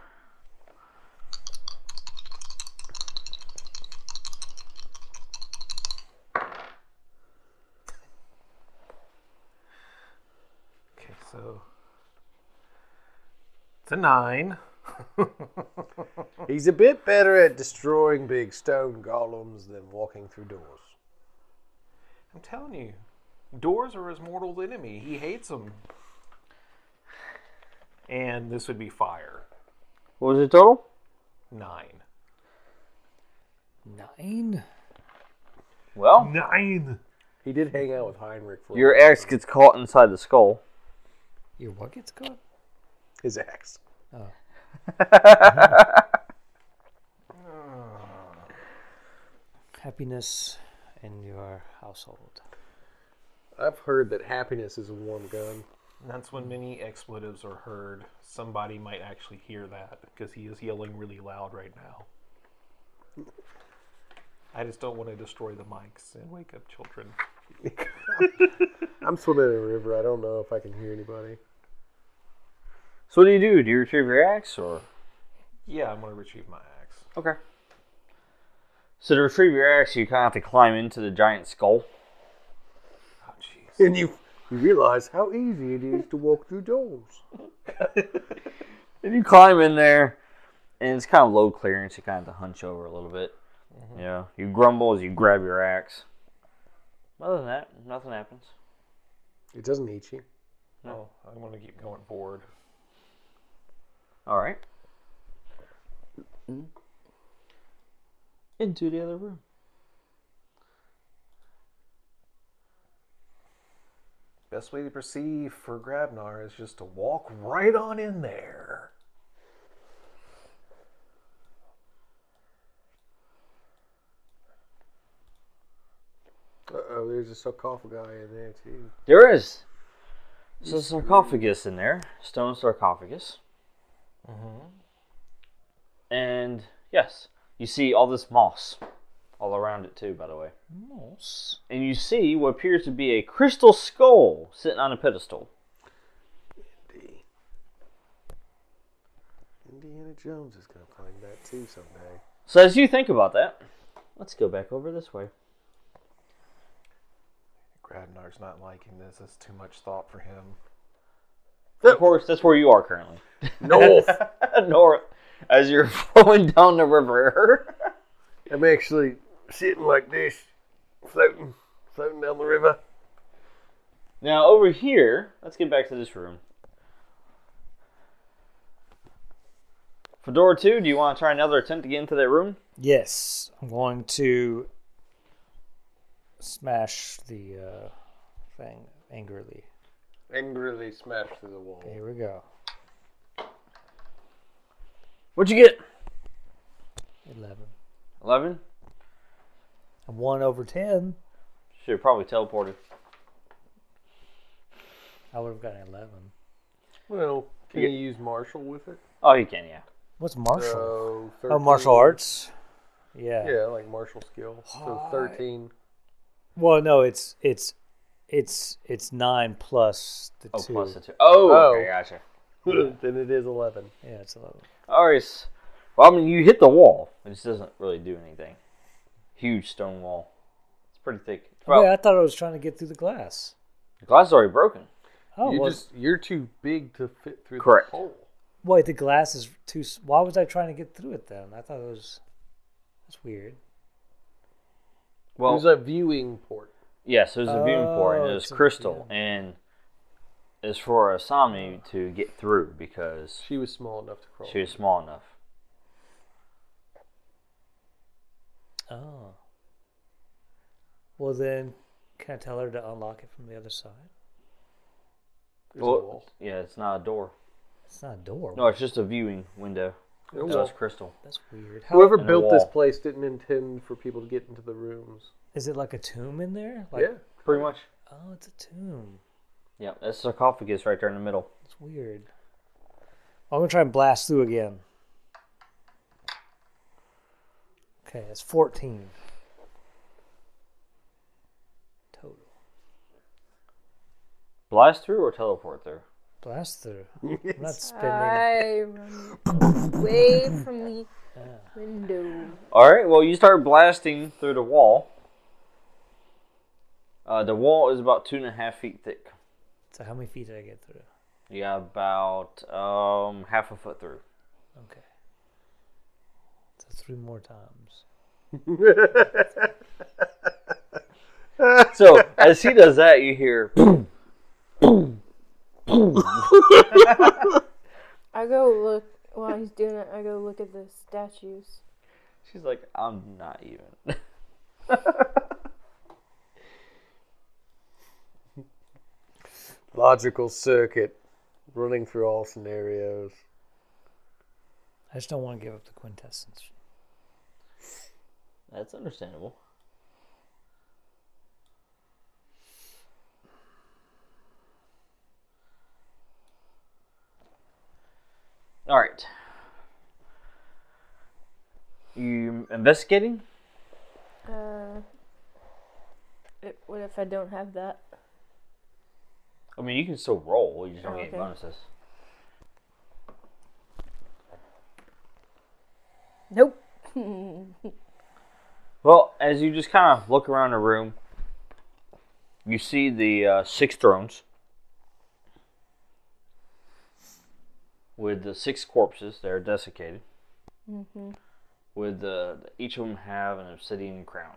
Speaker 5: Okay, so it's a nine.
Speaker 7: [laughs] He's a bit better at destroying big stone golems than walking through doors.
Speaker 5: I'm telling you, doors are his mortal enemy. He hates them. And this would be fire.
Speaker 2: What was the total?
Speaker 5: Nine.
Speaker 6: Nine.
Speaker 2: Well,
Speaker 5: Nine.
Speaker 7: He did hang out with Heinrich for a
Speaker 2: your
Speaker 7: while.
Speaker 2: axe gets caught inside the skull.
Speaker 6: Your what gets caught?
Speaker 7: his axe.
Speaker 6: Happiness in your household.
Speaker 7: I've heard that happiness is a warm gun.
Speaker 5: That's when many expletives are heard. Somebody might actually hear that because he is yelling really loud right now. I just don't want to destroy the mics and wake up children.
Speaker 7: I'm swimming in a river. I don't know if I can hear anybody.
Speaker 2: So what do you do? Do you retrieve your axe or?
Speaker 5: Yeah, I'm going to retrieve my axe.
Speaker 2: Okay. So to retrieve your axe, you kind of have to climb into the giant skull.
Speaker 5: Oh, jeez.
Speaker 7: And you, you realize how easy it is to walk through doors.
Speaker 2: And you climb in there, and it's kind of low clearance. You kind of have to hunch over a little bit. You know, you grumble as you grab your axe. Other than that, nothing happens.
Speaker 7: It doesn't eat you.
Speaker 2: Hmm.
Speaker 5: No, Oh, I'm going to keep going forward.
Speaker 2: All right. Into the other room.
Speaker 5: Best way to proceed for Grabnar is just to walk right on in there.
Speaker 7: Uh oh, there's a sarcophagi in there too.
Speaker 2: There is. There's a sarcophagus in there, stone sarcophagus. Mm-hmm. And yes, you see all this moss all around it too. By the way,
Speaker 6: Moss.
Speaker 2: and you see what appears to be a crystal skull sitting on a pedestal.
Speaker 7: Indiana Jones is going to find that too someday.
Speaker 2: So as you think about that, let's go back over this way.
Speaker 5: Grabnar's not liking this. It's too much thought for him.
Speaker 2: Of course, that's where you are [laughs] currently,
Speaker 7: North!
Speaker 2: north, as you're [laughs] flowing down the river.
Speaker 7: I'm actually sitting like this, floating, floating down the river.
Speaker 2: Now, over here, let's get back to this room. Fedora 2, do you want to try another attempt to get into that room?
Speaker 6: Yes, I'm going to smash the uh, thing angrily.
Speaker 4: Angrily smash through the wall.
Speaker 6: Here we go.
Speaker 2: What'd you get?
Speaker 6: 11.
Speaker 2: 11?
Speaker 6: And 1 over 10,
Speaker 2: Should have probably teleported.
Speaker 6: I would have gotten 11.
Speaker 4: Well, can you use martial with it?
Speaker 2: Oh, you can, yeah.
Speaker 6: What's martial?
Speaker 4: So
Speaker 6: oh, martial
Speaker 4: 13
Speaker 6: arts? Yeah.
Speaker 4: Uh, Yeah, like martial skill. So thirteen.
Speaker 6: Well, no, it's it's it's it's 9 plus the
Speaker 2: Oh,
Speaker 6: 2.
Speaker 2: plus the two. Oh,
Speaker 4: Oh.
Speaker 2: okay, gotcha.
Speaker 4: [laughs] then it is eleven.
Speaker 6: Yeah, it's Oh, 11.
Speaker 2: Alright. s- Well, I mean, you hit the wall. It just doesn't really do anything. Huge stone wall. It's pretty thick.
Speaker 4: Oh,
Speaker 2: Well,
Speaker 6: Wait, I thought I was trying to get through the glass.
Speaker 2: the glass is already broken.
Speaker 6: Oh,
Speaker 4: you
Speaker 6: well,
Speaker 4: just you're too big to fit through
Speaker 2: Correct.
Speaker 4: the hole.
Speaker 6: wait, the glass is too. s- Why was I trying to get through it then? I thought it was. That's weird.
Speaker 2: Well,
Speaker 4: There's a viewing port.
Speaker 2: Yes, there's a viewing port, and
Speaker 6: Oh,
Speaker 2: there's
Speaker 6: it's a-
Speaker 2: crystal, and it's for Asami to get through because
Speaker 4: She was small enough to crawl.
Speaker 2: she was small enough.
Speaker 6: Oh. Well, then, can I tell her to unlock it from the other side?
Speaker 4: There's a
Speaker 2: Well,
Speaker 4: wall.
Speaker 2: yeah, it's not a door.
Speaker 6: It's not a door.
Speaker 2: No, it's just a viewing window. That was crystal.
Speaker 6: That's weird. How,
Speaker 4: Whoever
Speaker 2: And a
Speaker 4: built this
Speaker 2: wall.
Speaker 4: place didn't intend for people to get into the rooms.
Speaker 6: is it like a tomb in there? Like,
Speaker 4: yeah.
Speaker 2: Pretty much.
Speaker 6: Oh, it's a tomb.
Speaker 2: Yeah, that's sarcophagus right there in the middle.
Speaker 6: It's weird. I'm gonna try and blast through again. Okay, that's 14 total.
Speaker 2: Blast through or teleport through?
Speaker 6: Blast through. I'm not spending.
Speaker 3: I run [laughs] away from the window.
Speaker 2: All right. Well, you start blasting through the wall. Uh, the wall is about two and a half feet thick.
Speaker 6: So how many feet did I get through?
Speaker 2: You got about um, half a foot through.
Speaker 6: Okay. So three more times.
Speaker 2: [laughs] So as he does that, you hear [laughs]
Speaker 3: I go look while he's doing it. I go look at the statues.
Speaker 2: She's like, I'm not even. [laughs]
Speaker 4: Logical circuit running through all scenarios.
Speaker 6: I just don't want to give up the quintessence.
Speaker 2: That's understandable. All right. You investigating?
Speaker 3: Uh, it, what if I don't have that?
Speaker 2: I mean, you can still roll. You just don't
Speaker 3: Oh,
Speaker 2: get
Speaker 3: okay.
Speaker 2: any bonuses.
Speaker 3: Nope.
Speaker 2: Well, as you just kind of look around the room, you see the uh, six thrones with the six corpses. They're desiccated. With the each of them have an obsidian crown.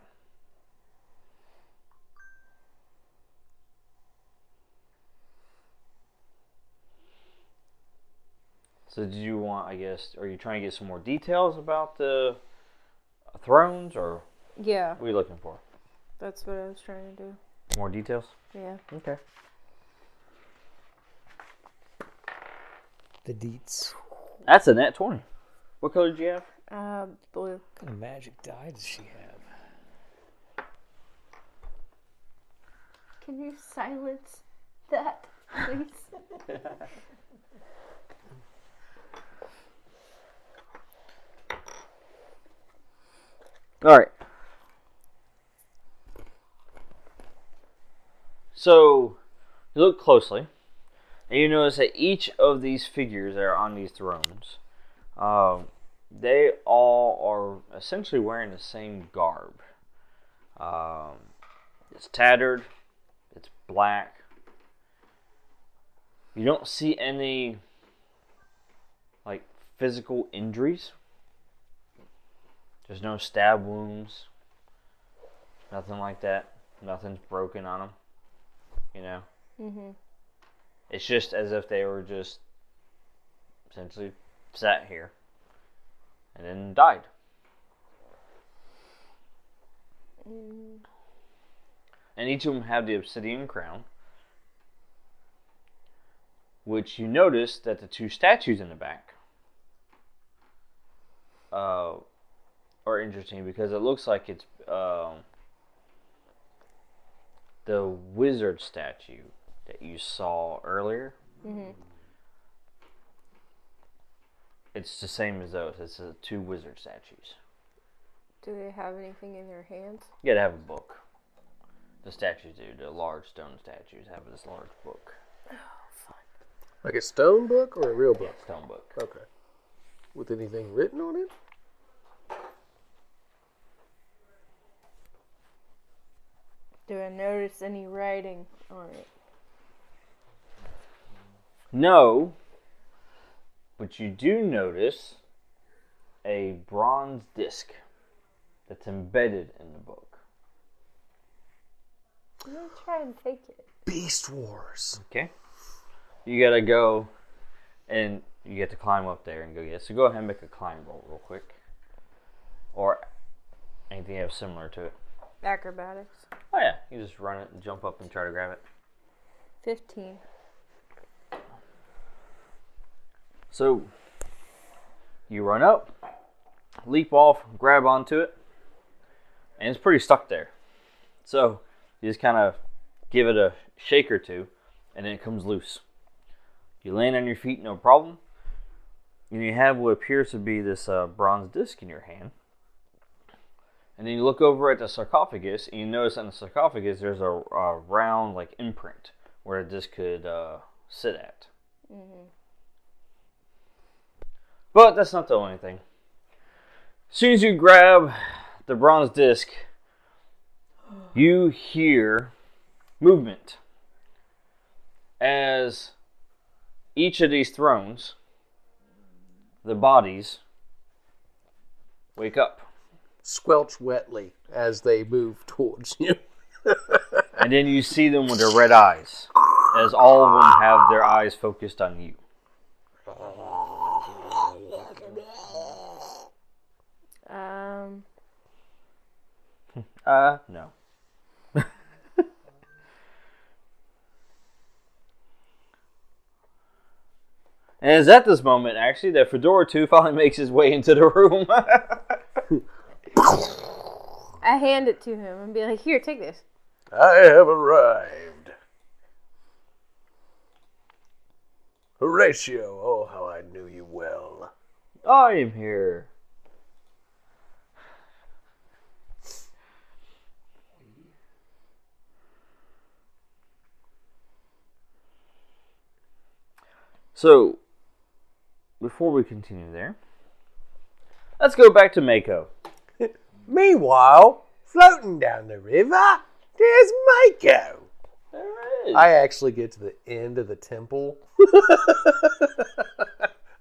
Speaker 2: So, did you want? I guess, are you trying to get some more details about the thrones, or
Speaker 3: Yeah,
Speaker 2: what are you looking for?
Speaker 3: that's what I was trying to do.
Speaker 2: More details?
Speaker 3: Yeah.
Speaker 2: Okay.
Speaker 6: The deets.
Speaker 2: That's a net 20. What color did you have?
Speaker 3: Uh, blue.
Speaker 6: What kind of magic die does she have?
Speaker 3: Can you silence that, please?
Speaker 2: All right. So, you look closely, and you notice that each of these figures that are on these thrones, um, they all are essentially wearing the same garb. Um, it's tattered, it's black. You don't see any like physical injuries. There's no stab wounds. Nothing like that. Nothing's broken on them. You know? Mm-hmm. It's just as if they were just essentially sat here. and then died.
Speaker 3: Mm,
Speaker 2: and each of them have the obsidian crown, which you notice that the two statues in the back uh, are interesting because it looks like it's um, the wizard statue that you saw earlier. It's the same as those. It's the two wizard statues.
Speaker 3: do they have anything in their hands?
Speaker 2: You gotta have a book. The statues do. The large stone statues have this large book.
Speaker 4: Like a stone book or a real book?
Speaker 2: Stone book.
Speaker 4: Okay. With anything written on it?
Speaker 3: Do I notice any writing on it?
Speaker 2: No, but you do notice a bronze disc that's embedded in the book.
Speaker 3: I'm gonna try and take it.
Speaker 4: Beast Wars.
Speaker 2: Okay. You gotta go and you get to climb up there and go get it. So go ahead and make a climb roll real quick. Or anything else similar to it.
Speaker 3: Acrobatics.
Speaker 2: Oh yeah, you just run it and jump up and try to grab it.
Speaker 3: 15.
Speaker 2: So you run up, leap off, grab onto it, and it's pretty stuck there. So you just kind of give it a shake or two, and then it comes loose. You land on your feet, no problem. And you have what appears to be this uh, bronze disc in your hand. And then you look over at the sarcophagus, and you notice on the sarcophagus there's a, a round like imprint where this could uh, sit at. But that's not the only thing. As soon as you grab the bronze disc, you hear movement as each of these thrones, the bodies, wake up.
Speaker 4: Squelch wetly as they move towards you.
Speaker 2: And then you see them with their red eyes, as all of them have their eyes focused on you.
Speaker 3: Um,
Speaker 2: Uh, no. [laughs] and it's at this moment, actually, that Fedora 2 finally [laughs] makes his way into the room. [laughs]
Speaker 3: I hand it to him and be like, here, take this.
Speaker 4: I have arrived. Horatio, oh, how I knew you well.
Speaker 2: I am here. So, before we continue there, let's go back to Mako.
Speaker 4: Meanwhile, floating down the river, there's Mako.
Speaker 2: There is.
Speaker 4: I actually get to the end of the temple. [laughs]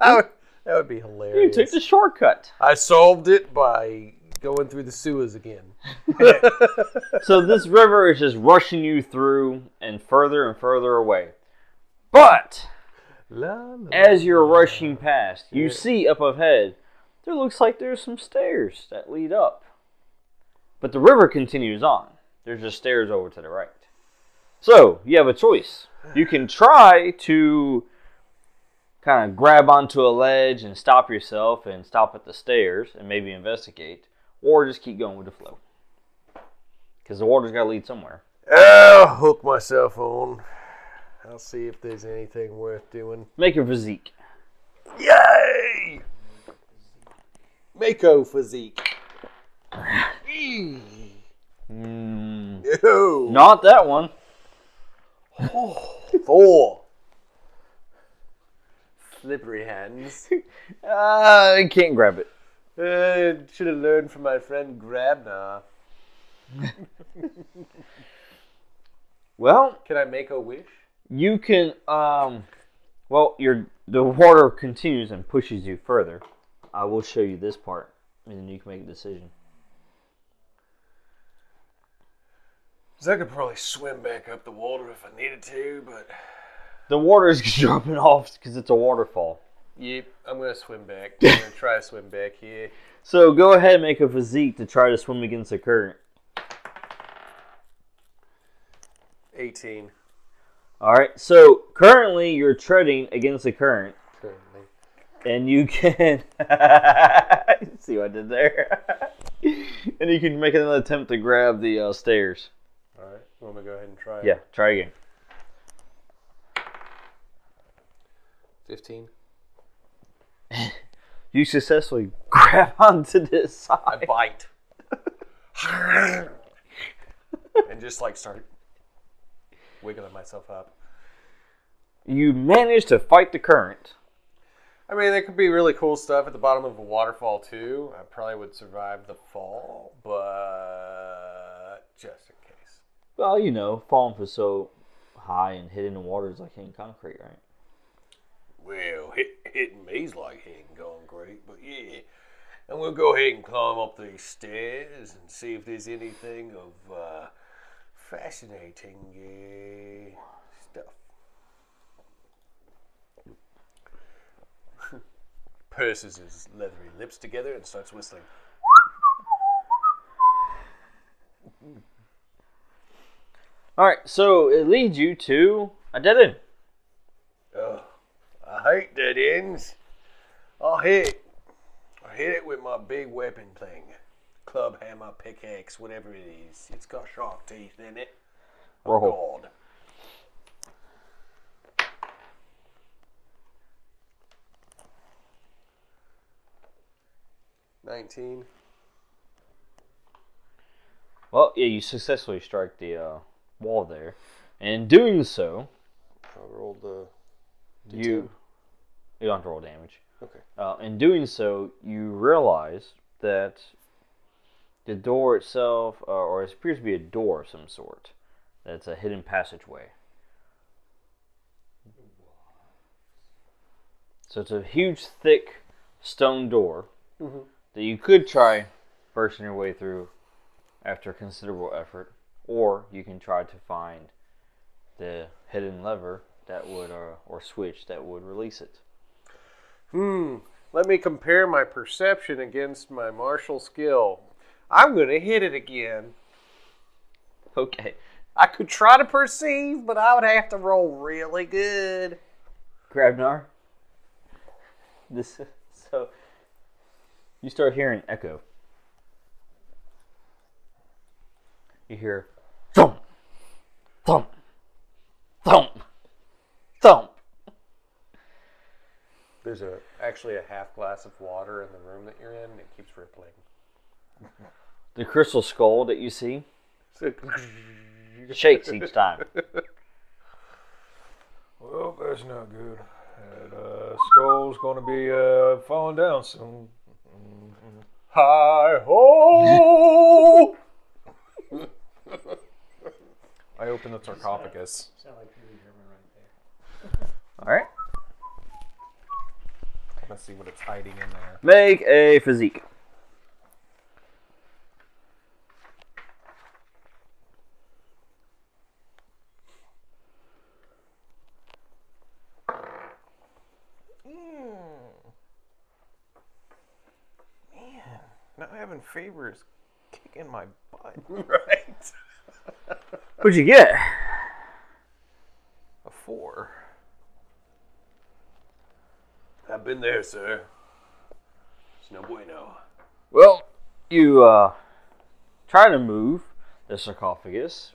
Speaker 4: I would- that would be
Speaker 2: you
Speaker 4: hilarious.
Speaker 2: took the shortcut.
Speaker 4: I solved it by going through the sewers again.
Speaker 2: so this river is just rushing you through and further and further away. But
Speaker 4: La, la.
Speaker 2: as you're rushing past, you see up ahead there looks like there's some stairs that lead up. But the river continues on. There's just stairs over to the right. So you have a choice. You can try to kind of grab onto a ledge and stop yourself and stop at the stairs and maybe investigate, or just keep going with the flow. Because the water's got to lead somewhere.
Speaker 4: I'll hook myself on. I'll see if there's anything worth doing.
Speaker 2: Make a physique.
Speaker 4: Yay! Mako physique.
Speaker 2: Mm,
Speaker 4: Yo,
Speaker 2: not that one.
Speaker 4: four. Slippery [laughs] hands.
Speaker 2: Uh, I can't grab it.
Speaker 4: Uh, Should have learned from my friend Grabnar.
Speaker 2: Well,
Speaker 4: Can I make a wish?
Speaker 2: you can. Um, well, your the water continues and pushes you further. I will show you this part, and then you can make a decision.
Speaker 4: I could probably swim back up the water if I needed to, but
Speaker 2: [laughs] The water is dropping off because it's a waterfall.
Speaker 4: Yep, I'm gonna swim [laughs] back. I'm gonna try to swim back here.
Speaker 2: So go ahead and make a physique to try to swim against the current.
Speaker 4: 18
Speaker 2: All right. So currently you're treading against the current,
Speaker 4: currently.
Speaker 2: and you can [laughs] see what I did there. [laughs] and you can make another attempt to grab the uh, stairs.
Speaker 4: All right, want me to go ahead and try? it?
Speaker 2: Yeah. Try again.
Speaker 4: 15.
Speaker 2: [laughs] You successfully grab [laughs] onto this
Speaker 4: I
Speaker 2: side.
Speaker 4: [laughs] bite. and just like start wiggling myself up.
Speaker 2: You manage to fight the current.
Speaker 4: I mean, there could be really cool stuff at the bottom of a waterfall too. I probably would survive the fall, but just in case.
Speaker 2: Well, you know, falling for so high and hitting the water is like hitting concrete, right?
Speaker 4: Well, hit, hitting me's like hitting concrete, but yeah. And we'll go ahead and climb up these stairs and see if there's anything of uh, fascinating uh, stuff. [laughs] Purses his leathery lips together and starts whistling.
Speaker 2: All right. So it leads you to a dead end.
Speaker 4: Oh, I hate dead ends. I'll hit it. I hit it with my big weapon thing. Club, hammer, pickaxe, whatever it is. It's got sharp teeth in it. Oh,
Speaker 2: Roll.
Speaker 4: God. Nineteen.
Speaker 2: Well, yeah, you successfully strike the uh, wall there, and in doing so,
Speaker 4: I rolled the
Speaker 2: you you don't have to roll damage.
Speaker 4: Okay.
Speaker 2: Uh, in doing so, you realize that the door itself, uh, or it appears to be a door of some sort, that's a hidden passageway. So it's a huge, thick stone door that you could try bursting your way through after considerable effort, or you can try to find the hidden lever that would, uh, or switch that would release it. [laughs]
Speaker 4: Hmm. Let me compare my perception against my martial skill. I'm gonna hit it again.
Speaker 2: Okay.
Speaker 4: I could try to perceive, but I would have to roll really good.
Speaker 2: Grabnar. This [laughs] so you start hearing echo. You hear thump, thump, thump, thump.
Speaker 4: There's a actually a half glass of water in the room that you're in. And it keeps rippling.
Speaker 2: The crystal skull that you [laughs] see
Speaker 4: So,
Speaker 2: shakes each time.
Speaker 7: Well, that's not good. That uh, skull's going to be uh, falling down soon.
Speaker 4: hi
Speaker 7: [laughs]
Speaker 4: [laughs] ho!
Speaker 5: I open the sarcophagus.
Speaker 6: Sound like Pee Wee Herman right there.
Speaker 2: All right.
Speaker 5: Let's see what it's hiding in there.
Speaker 2: Make a physique.
Speaker 5: Not having favors kicking my butt.
Speaker 4: right.
Speaker 2: What'd you get?
Speaker 5: A four.
Speaker 4: I've been there, sir. It's no bueno.
Speaker 2: Well, you uh, try to move the sarcophagus,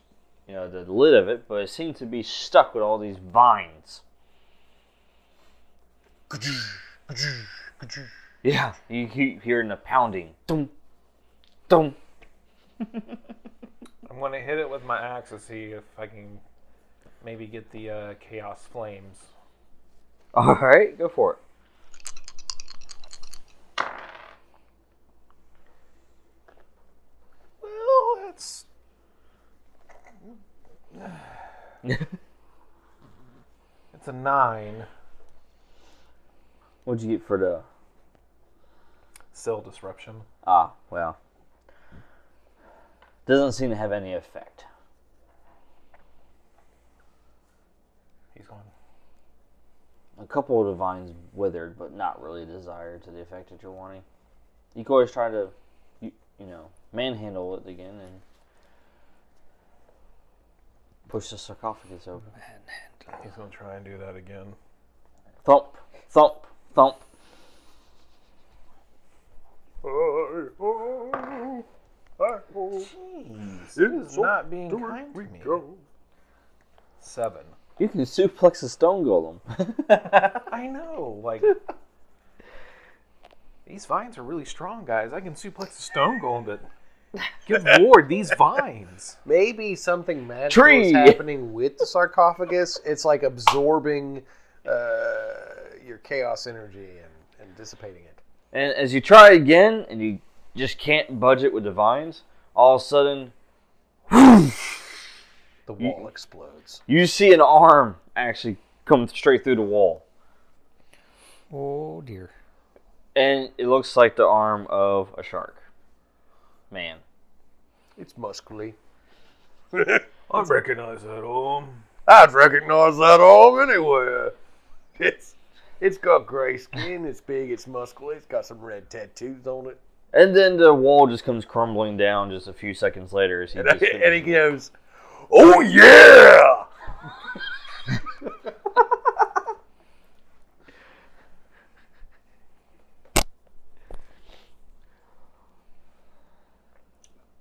Speaker 2: you know, the lid of it, but it seems to be stuck with all these vines. Yeah, you keep hearing the pounding. Dum, dum.
Speaker 5: I'm gonna hit it with my axe to see if I can maybe get the uh, chaos flames.
Speaker 2: All right, go for it.
Speaker 5: Well, that's [sighs] it's a nine.
Speaker 2: What'd you get for the?
Speaker 5: Cell disruption.
Speaker 2: Ah, well, doesn't seem to have any effect.
Speaker 5: He's going.
Speaker 2: A couple of divines withered, but not really desired to the effect that you're wanting. You can always try to, you, you know, manhandle it again and push the sarcophagus over.
Speaker 5: He's gonna try and do that again.
Speaker 2: Thump, thump, thump.
Speaker 5: It is not being kind to me. Seven.
Speaker 2: You can suplex a stone golem.
Speaker 5: I know, [laughs] like these vines are really strong, guys. I can suplex a stone golem, but good lord, these [laughs] vines.
Speaker 7: Maybe something magical
Speaker 2: Tree!
Speaker 7: is happening with the sarcophagus. It's like absorbing uh, your chaos energy and, and dissipating it.
Speaker 2: And as you try again, and you just can't budge it with divines, all of a sudden
Speaker 7: The wall explodes.
Speaker 2: you see an arm actually come straight through the wall.
Speaker 6: Oh dear.
Speaker 2: And it looks like the arm of a shark. Man.
Speaker 7: It's muscly.
Speaker 4: I recognize that
Speaker 5: um,
Speaker 4: arm.
Speaker 7: I'd recognize that arm anywhere. It's it's got gray skin. It's big. It's muscly. It's got some red tattoos on it.
Speaker 2: And then the wall just comes crumbling down just a few seconds later as he just
Speaker 7: and he
Speaker 2: finishes.
Speaker 7: goes, "Oh yeah!"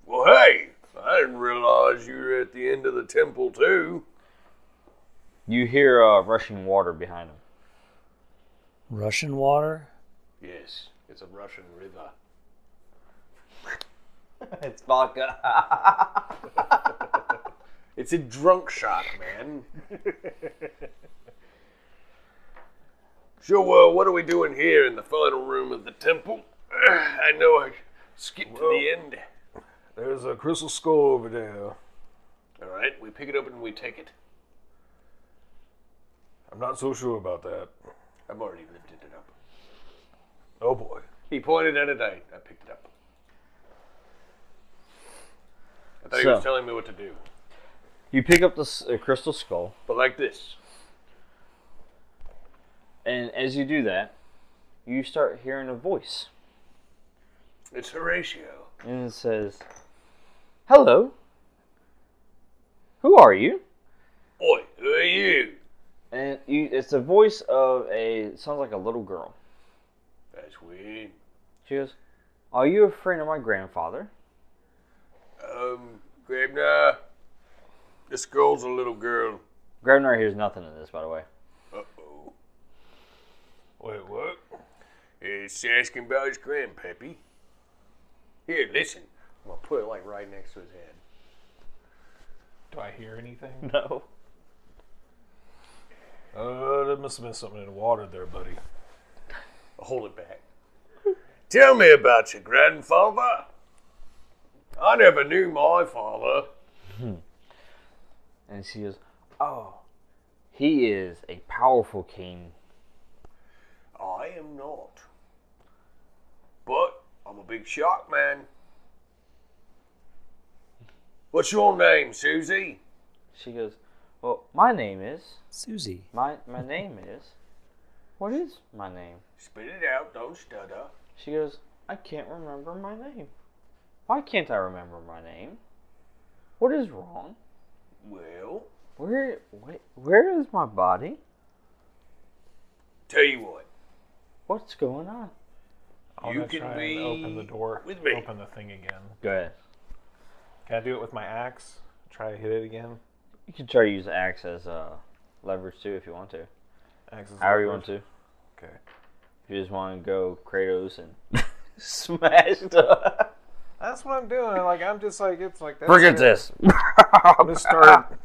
Speaker 4: Well, hey, I didn't realize you were at the end of the temple, too.
Speaker 2: You hear uh, rushing water behind him.
Speaker 6: Russian water.
Speaker 7: Yes, it's a Russian river.
Speaker 2: It's vodka. [laughs]
Speaker 7: It's a drunk shot, [laughs] man.
Speaker 4: So, uh, what are we doing here in the final room of the
Speaker 7: [sighs]
Speaker 4: temple? I know I skipped to the end. There's a crystal skull over there.
Speaker 7: All right, we pick it up and we take it.
Speaker 4: I'm not so sure about that.
Speaker 7: I've already lifted it up.
Speaker 4: Oh boy.
Speaker 7: He pointed at it. I, I picked it up. I thought he
Speaker 2: So-
Speaker 7: was telling me what to do,
Speaker 2: You pick up the s- uh, crystal skull,
Speaker 7: but like this.
Speaker 2: and as you do that, you start hearing a voice.
Speaker 4: It's Horatio.
Speaker 2: And it says, Hello. Who are you?
Speaker 4: Oi, who are you?
Speaker 2: And you, it's the voice of a, sounds like a little girl.
Speaker 4: That's weird.
Speaker 2: She goes, Are you a friend of my grandfather?
Speaker 4: Um, Grabner. This girl's a little girl.
Speaker 2: Grabnar hears nothing of this, by the way.
Speaker 4: Uh oh. Wait, what? It's asking about his grandpappy. Here, listen.
Speaker 7: I'm gonna put it like right next to his head.
Speaker 5: Do I hear anything?
Speaker 2: No.
Speaker 5: Uh, there must have been something in the water there, buddy.
Speaker 7: I'll hold it back.
Speaker 4: Tell me about your grandfather. I never knew my father.
Speaker 2: And she goes, Oh, he is a powerful king.
Speaker 4: I am not. But I'm a big shark man. What's your name, Susie?
Speaker 2: She goes, Well, my name is,
Speaker 6: Susie.
Speaker 2: my, my [laughs] name is, what is my name?
Speaker 4: Spit it out, don't stutter.
Speaker 2: She goes, I can't remember my name. Why can't I remember my name? What is wrong?
Speaker 4: Well,
Speaker 2: Where, where, where is my body?
Speaker 4: tell you what.
Speaker 2: What's going on?
Speaker 5: I'm
Speaker 4: You
Speaker 5: gonna
Speaker 4: can
Speaker 5: try and
Speaker 4: be
Speaker 5: open the door.
Speaker 4: with me.
Speaker 5: Open the thing again.
Speaker 2: Go ahead.
Speaker 5: Can I do it with my axe? Try to hit it again.
Speaker 2: You can try to use the axe as uh, leverage too if you want to.
Speaker 5: Axe is
Speaker 2: However you want
Speaker 5: leverage.
Speaker 2: to.
Speaker 5: Okay.
Speaker 2: If you just want to go Kratos and [laughs] smash the.
Speaker 5: That's what I'm doing. Like I'm just like it's like that's
Speaker 2: [laughs] Forget
Speaker 5: it.
Speaker 2: this.
Speaker 5: I'm
Speaker 2: [laughs]
Speaker 5: gonna start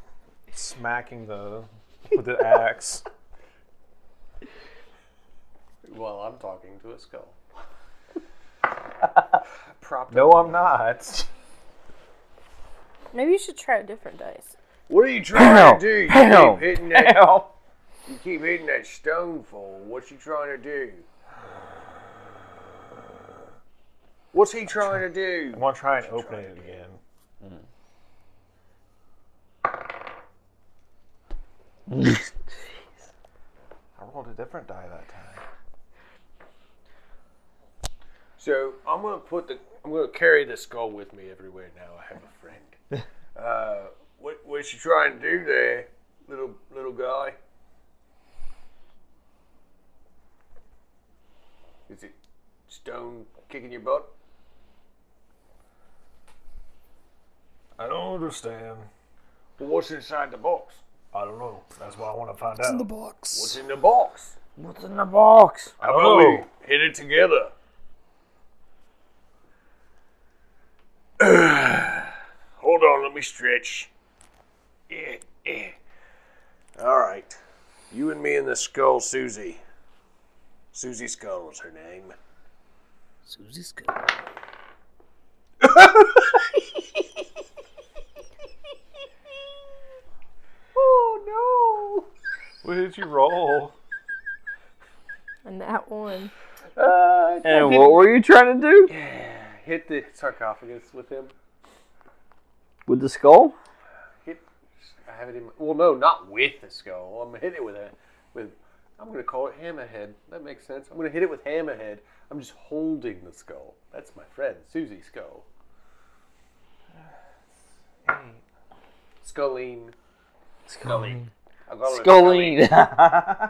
Speaker 5: smacking the with the axe.
Speaker 7: Well, I'm talking to a skull. Propped
Speaker 5: No,
Speaker 7: up.
Speaker 5: I'm not.
Speaker 3: Maybe you should try a different dice.
Speaker 4: What are you trying
Speaker 2: Hell,
Speaker 4: to do? You
Speaker 2: hell,
Speaker 4: keep hitting that
Speaker 2: Hell.
Speaker 4: you keep hitting that stone for. What's you trying to do? What's he trying to do?
Speaker 5: I want to try and open it again. Hmm. [laughs] I rolled a different die that time.
Speaker 4: So I'm gonna put the I'm gonna carry the skull with me everywhere now. I have a friend. uh, what what you trying to do there, little little guy? Is it stone kicking your butt?
Speaker 7: I don't understand.
Speaker 4: Well, what's inside the box?
Speaker 7: I don't know. That's why I want to find out.
Speaker 4: What's in the box?
Speaker 7: What's in the box? I
Speaker 4: How
Speaker 7: don't
Speaker 4: about
Speaker 7: know.
Speaker 4: we hit it together? [sighs] Hold on, let me stretch. Eh, eh. All right. You and me and the skull, Susie. Susie Skull is her name.
Speaker 6: Susie's good.
Speaker 5: What did you roll?
Speaker 3: And that one.
Speaker 2: And what were you trying to do
Speaker 4: Hit the sarcophagus with him.
Speaker 2: with the skull?
Speaker 4: Hit. I have it in. My, well, no, not with the skull. I'm gonna hit it with a. With. I'm gonna call it hammerhead. That makes sense. I'm gonna hit it with hammerhead. I'm just holding the skull. That's my friend, Susie Skull. Sculline. Scully. I call her
Speaker 2: [laughs] Sculling. Uh,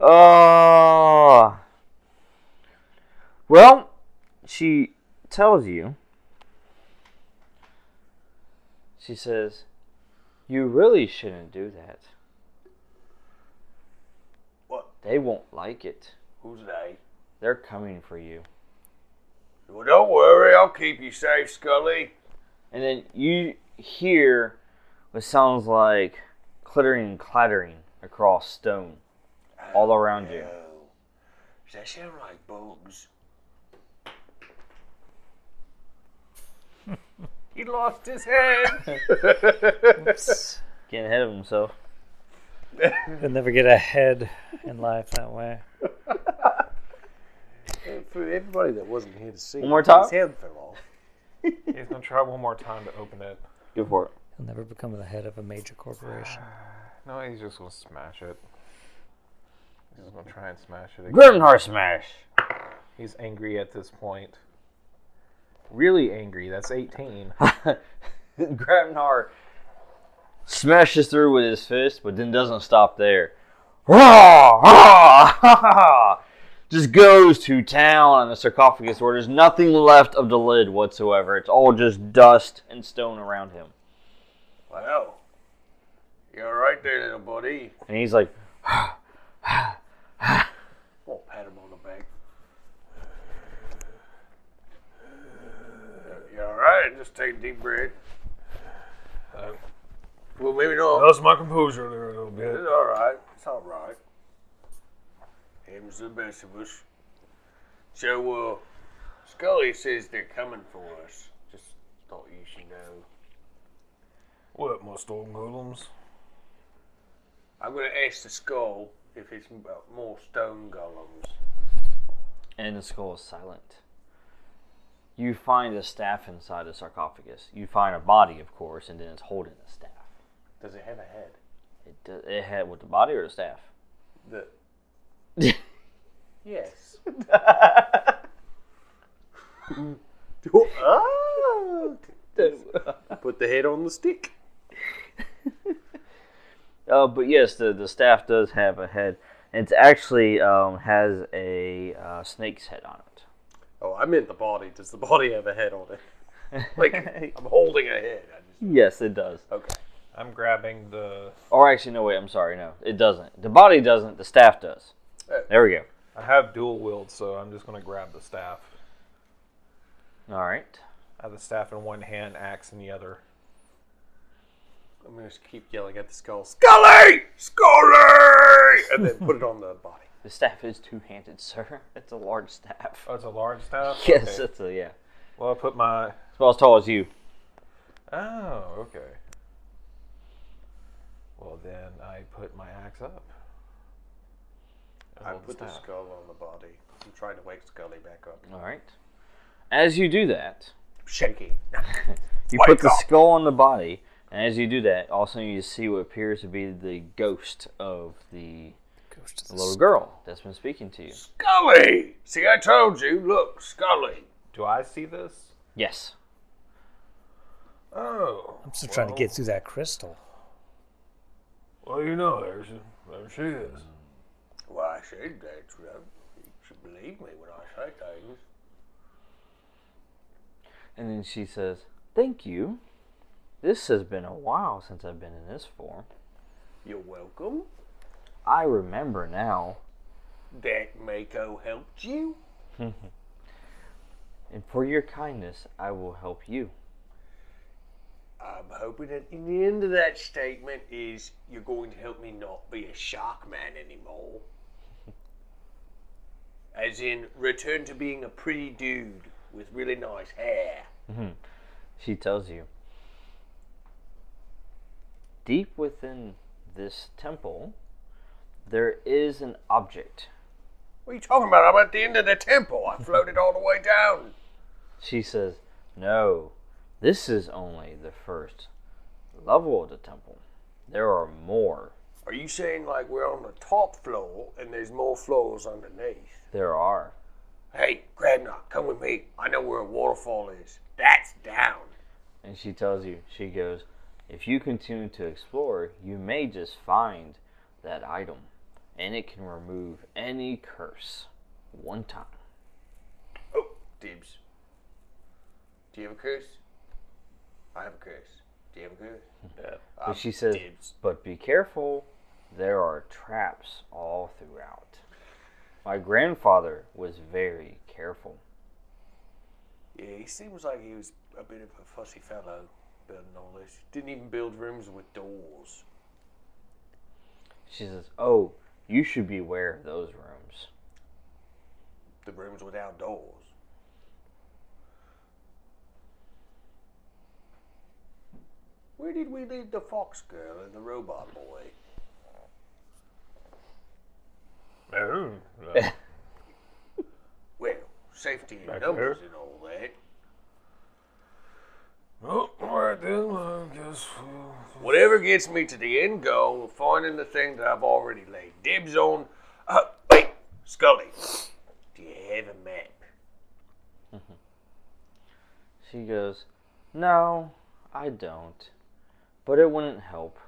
Speaker 2: oh. Well, she tells you. She says, "You really shouldn't do that.
Speaker 4: What?
Speaker 2: They won't like it.
Speaker 4: Who's they?
Speaker 2: They're coming for you."
Speaker 4: Well, don't worry. I'll keep you safe, Scully.
Speaker 2: And then you hear what sounds like clittering and clattering across stone all around you.
Speaker 4: Oh. Does that sound like bugs? he lost his head.
Speaker 2: Getting ahead of himself.
Speaker 6: You'll never get ahead in life that way.
Speaker 4: For everybody that wasn't here to see,
Speaker 2: One more time?
Speaker 4: his head fell off.
Speaker 5: He's gonna try one more time to open it.
Speaker 2: Go for it.
Speaker 6: You'll never become the head of a major corporation.
Speaker 5: No, he's just gonna smash it. He's just gonna try and smash it again.
Speaker 2: Grimnar smash.
Speaker 5: He's angry at this point. Really angry. That's
Speaker 7: [laughs]
Speaker 5: 18. I
Speaker 2: [laughs] Grimnar smashes through with his fist, but then doesn't stop there. [laughs] Rah, rah, ha, ha, ha. Just goes to town on the sarcophagus where there's nothing left of the lid whatsoever. It's all just dust and stone around him.
Speaker 4: Well, you're right there, little buddy.
Speaker 2: And he's like,
Speaker 4: Well, pat him on the back. You're all right. Just take a deep breath. well, maybe not.
Speaker 7: Lost my composure there a little bit.
Speaker 4: It's all right. It's all right. Him's the best of us. So, uh, Scully says they're coming for us. Just thought you should know.
Speaker 7: What, my stone golems?
Speaker 4: I'm going to ask the skull if it's m- uh, more stone golems.
Speaker 2: and the skull is silent. You find a staff inside the sarcophagus. You find a body, of course, and then it's holding the staff.
Speaker 4: Does it have a head?
Speaker 2: It, do- it had with the body or the staff?
Speaker 4: The. yes. oh, put the head on the stick.
Speaker 2: Uh, but yes, the, the staff does have a head. It actually um, has a uh, snake's head on it.
Speaker 4: Oh, I meant the body. Does the body have a head on it? Like I'm holding a head. I just,
Speaker 2: Yes, it does.
Speaker 4: okay.
Speaker 5: I'm grabbing the.
Speaker 2: Or actually, no, wait, I'm sorry, no, it doesn't. The body doesn't, the staff does. There we go.
Speaker 5: I have dual wield, so I'm just gonna grab the staff.
Speaker 2: All right.
Speaker 5: I have the staff in one hand, axe in the other.
Speaker 4: I'm gonna just keep yelling at the skull. Scully, Scully, and then put it on the body.
Speaker 2: The staff is two handed, [laughs] sir. It's a large staff.
Speaker 5: Oh, it's a large staff?
Speaker 2: [laughs] Yes,
Speaker 5: Okay.
Speaker 2: it's a, yeah.
Speaker 5: Well, I put my.
Speaker 2: It's about as tall as you.
Speaker 5: Oh, okay. Well, then I put my axe up.
Speaker 4: I
Speaker 5: Hold the
Speaker 4: put the
Speaker 5: staff.
Speaker 4: skull on the body. I'm trying to wake Scully back up.
Speaker 2: All right. As you do that,
Speaker 4: Shaking.
Speaker 2: you
Speaker 4: Wake
Speaker 2: put the
Speaker 4: up.
Speaker 2: skull on the body, And as you do that, also you see what appears to be the ghost of the
Speaker 6: Ghost of the
Speaker 2: little girl that's been speaking to you.
Speaker 4: Scully! See, I told you. Look, Scully.
Speaker 5: Do I see this?
Speaker 2: Yes.
Speaker 4: Oh.
Speaker 6: I'm still trying to get through that crystal.
Speaker 4: Well, you know, there's there she is. Well, I said that. You know, you should believe me when I say things.
Speaker 2: And then she says, Thank you. This has been a while since I've been in this form.
Speaker 4: You're welcome.
Speaker 2: I remember now.
Speaker 4: That Mako helped you.
Speaker 2: And for your kindness, I will help you.
Speaker 4: I'm hoping that in the end of that statement is you're going to help me not be a shark man anymore. As in, return to being a pretty dude with really nice hair.
Speaker 2: She tells you, Deep within this temple, there is an object.
Speaker 4: What are you talking about? I'm at the end of the temple. I floated all the way down.
Speaker 2: She says, No, this is only the first level of the temple. There are more.
Speaker 4: Are you saying like we're on the top floor and there's more floors underneath?
Speaker 2: There are.
Speaker 4: Hey, Grabnar, come with me. I know where a waterfall is. That's down.
Speaker 2: And she tells you, she goes, if you continue to explore, you may just find that item. And it can remove any curse one time.
Speaker 4: Oh, Dibs. Do you have a curse? I have a curse. Do you have a curse? Uh,
Speaker 2: But she says,
Speaker 4: dibs.
Speaker 2: but be careful, there are traps all throughout. My grandfather was very careful.
Speaker 4: Yeah, he seems like he was a bit of a fussy fellow building all this. Didn't even build rooms with doors.
Speaker 2: She says, Oh, you should beware of those rooms.
Speaker 4: The rooms without doors. Where did we leave the fox girl and the robot boy?
Speaker 5: Oh, [laughs] uh,
Speaker 4: Well, safety in
Speaker 5: Back
Speaker 4: numbers and all that.
Speaker 5: oh, all right then. I guess. uh, We'll...
Speaker 4: Whatever gets me to the end goal of finding the thing that I've already laid dibs on. Uh, wait, Scully, do you have a map?
Speaker 2: She goes, No, I don't. But it wouldn't help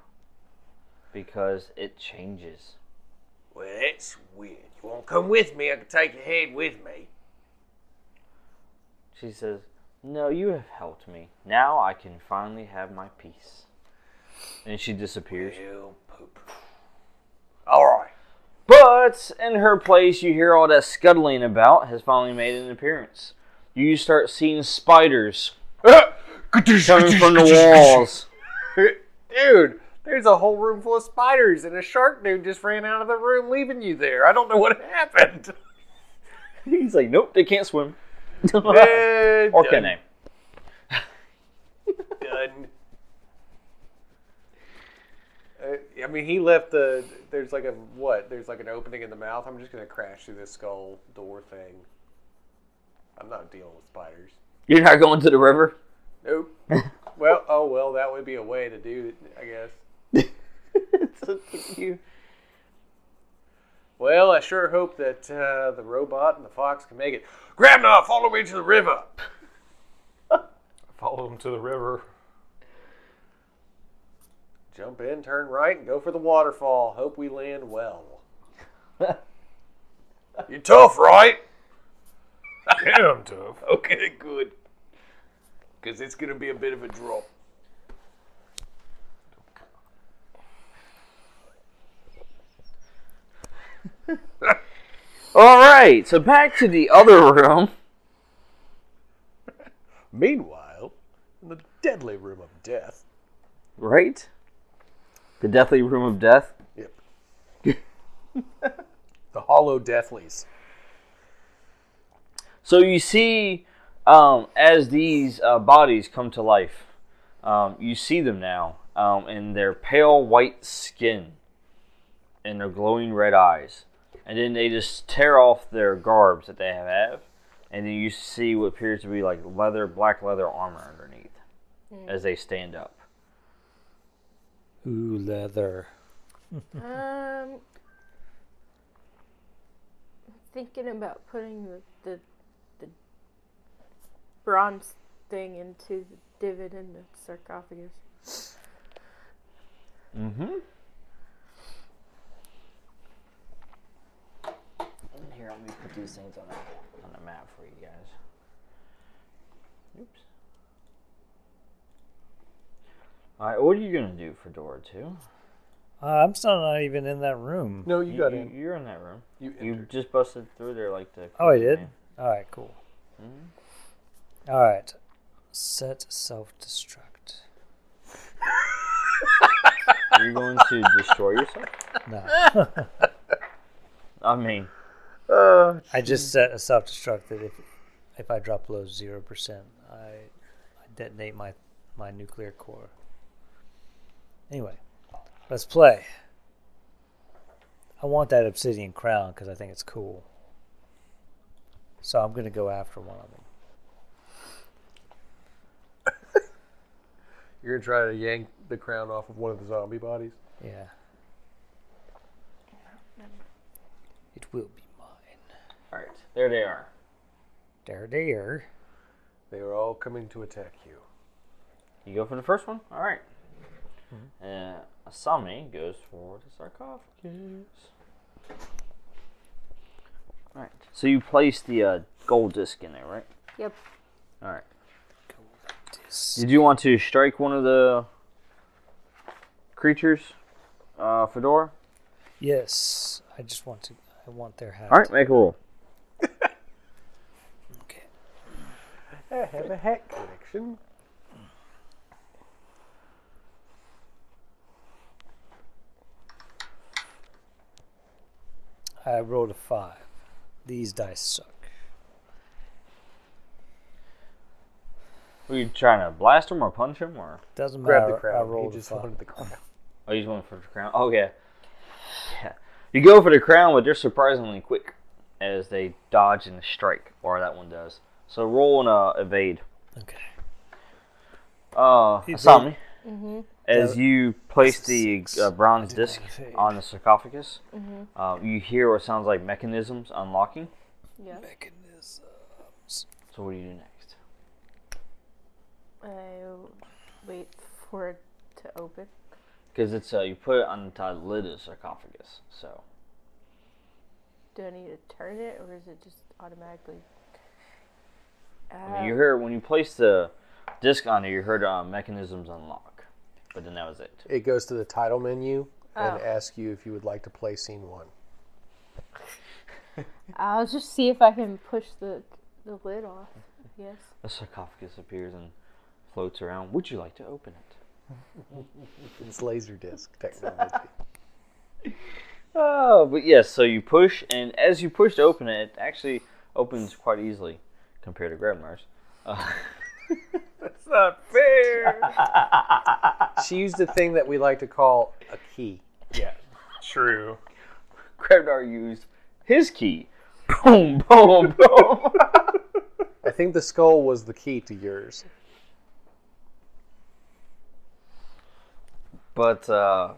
Speaker 2: because it changes.
Speaker 4: Well, that's weird. You want to come with me? I can take your head with me.
Speaker 2: She says, No, you have helped me. Now I can finally have my peace. And she disappears.
Speaker 4: Well, poop. All right.
Speaker 2: But in her place, you hear all that scuttling about has finally made an appearance. You start seeing spiders coming from the walls.
Speaker 8: [laughs]
Speaker 2: [laughs]
Speaker 8: Dude, there's a whole room full of spiders, and a shark dude just ran out of the room, leaving you there. I don't know what [laughs] happened.
Speaker 2: He's like, Nope, they can't swim.
Speaker 8: Eh, [laughs]
Speaker 2: or can they?
Speaker 8: done. Uh, I mean, he left the. There's like a what? There's like an opening in the mouth. I'm just gonna crash through this skull door thing. I'm not dealing with spiders.
Speaker 2: You're not going to the river?
Speaker 8: [laughs] Nope. well, oh well, that would be a way to do it, I guess. [laughs]
Speaker 2: it's up to you.
Speaker 8: Well, I sure hope that uh, the robot and the fox can make it.
Speaker 4: Grabnar, follow me to the river.
Speaker 5: Follow him to the river.
Speaker 8: Jump in, turn right, and go for the waterfall. Hope we land well. [laughs]
Speaker 4: You're tough, right?
Speaker 5: Yeah,
Speaker 8: [laughs]
Speaker 5: I'm tough.
Speaker 4: Okay, good. Because it's going to be a bit of a drop.
Speaker 2: All right, so back to the other room.
Speaker 8: Meanwhile, in the deadly room of death.
Speaker 2: Right? The deathly room of death.
Speaker 8: Yep.
Speaker 4: [laughs]
Speaker 8: the hollow deathlies.
Speaker 2: So you see, um, as these uh, bodies come to life, um, you see them now um, in their pale white skin and their glowing red eyes. And then they just tear off their garbs that they have, and then you see what appears to be like leather, black leather armor underneath as they stand up.
Speaker 6: Ooh, leather.
Speaker 3: Um, thinking about putting the, the the bronze thing into the divot in the sarcophagus.
Speaker 2: Mm-hmm. Here, let me put these things on a, on a map for you guys. Oops. All right, what are you gonna do for door two?
Speaker 6: Uh, I'm still not even in that room.
Speaker 4: No, you got in.
Speaker 2: You're in that room.
Speaker 4: You
Speaker 2: You
Speaker 4: entered.
Speaker 2: just busted through there like the.
Speaker 6: Oh, I did?
Speaker 2: man.
Speaker 6: All right, cool. All right. Set self destruct.
Speaker 2: Are you going
Speaker 4: [laughs]
Speaker 2: to destroy yourself?
Speaker 6: No.
Speaker 2: I mean,
Speaker 6: I
Speaker 2: Mm.
Speaker 6: just set a self destruct that if if I drop below zero percent, I, I detonate my my nuclear core. Anyway, let's play. I want that obsidian crown because I think it's cool. So I'm gonna go after one of them.
Speaker 4: You're gonna try to yank the crown off of one of the zombie bodies.
Speaker 6: Yeah. It will be mine.
Speaker 2: all right, there they are.
Speaker 6: There, there.
Speaker 4: They are all coming to attack you.
Speaker 2: You go for the first one. All right.
Speaker 4: Mm-hmm.
Speaker 2: Uh, Asami goes for the sarcophagus. All right. So you place the uh, gold disc in there, right?
Speaker 3: Yep.
Speaker 2: All right.
Speaker 6: Dis-
Speaker 2: Did you want to strike one of the creatures, uh, Fedora?
Speaker 6: Yes, I just want to. I want their hat.
Speaker 2: All right, make a roll.
Speaker 6: Okay.
Speaker 4: I Eh, have a hat connection.
Speaker 6: I rolled a five. These dice suck.
Speaker 2: Were you trying to blast him or punch him or?
Speaker 6: Doesn't
Speaker 4: Grab
Speaker 6: matter.
Speaker 4: the
Speaker 6: I
Speaker 4: crown.
Speaker 6: rolled
Speaker 4: He just
Speaker 6: a five.
Speaker 4: wanted the crown.
Speaker 2: Oh, he's going for the crown. Oh yeah, yeah. You go for the crown, but they're surprisingly quick as they dodge and strike, or that one does. So roll and uh, evade.
Speaker 6: Okay.
Speaker 2: Uh,
Speaker 6: Evade.
Speaker 2: Asami,
Speaker 3: Mhm.
Speaker 2: as
Speaker 6: Yeah.
Speaker 2: you place the
Speaker 6: Six.
Speaker 2: uh, bronze
Speaker 6: I did
Speaker 2: disc
Speaker 6: not evade.
Speaker 2: on the sarcophagus, uh, you hear what sounds like mechanisms unlocking.
Speaker 3: Yeah.
Speaker 6: Mechanisms.
Speaker 2: So what do you do next?
Speaker 3: I will wait for it to open.
Speaker 2: Because it's uh, you put it on the lid of the sarcophagus. So
Speaker 3: Do I need to turn it, or is it just automatically?
Speaker 2: I
Speaker 3: Uh,
Speaker 2: mean, you heard when you place the disc on it, you heard uh, mechanisms unlock. But then that was it.
Speaker 4: It goes to the title menu and
Speaker 3: Oh.
Speaker 4: asks you if you would like to play scene one.
Speaker 3: I'll just see if I can push the the lid off. Yes.
Speaker 2: The sarcophagus appears and floats around. Would you like to open it?
Speaker 4: It's laserdisc technology.
Speaker 2: Oh, but yes, so you push, and as you push to open it, it actually opens quite easily compared to Grabnar's. Uh, [laughs]
Speaker 5: That's not fair.
Speaker 4: she used a thing that we like to call a key.
Speaker 5: yeah, true.
Speaker 2: Grabnar used his key. Boom, boom, [laughs] boom.
Speaker 4: I think the skull was [laughs] the key to yours.
Speaker 2: but, uh,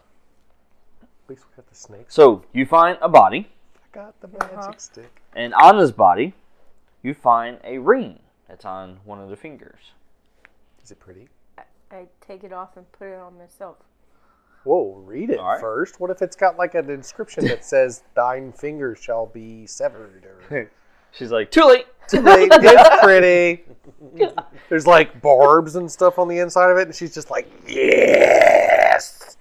Speaker 4: At least we got the snakes.
Speaker 2: so you find a body,
Speaker 4: I got the magic stick.
Speaker 2: and on this body, you find a ring that's on one of the fingers.
Speaker 4: Is it pretty?
Speaker 3: I take it off and put it on myself.
Speaker 4: Whoa, read it
Speaker 2: All right.
Speaker 4: first. What if it's got like an inscription that says, Thine fingers shall be severed? Or,
Speaker 2: [laughs] She's like, too late.
Speaker 4: Wait, [laughs] it's pretty. There's like barbs and stuff on the inside of it, and she's just like, Yes!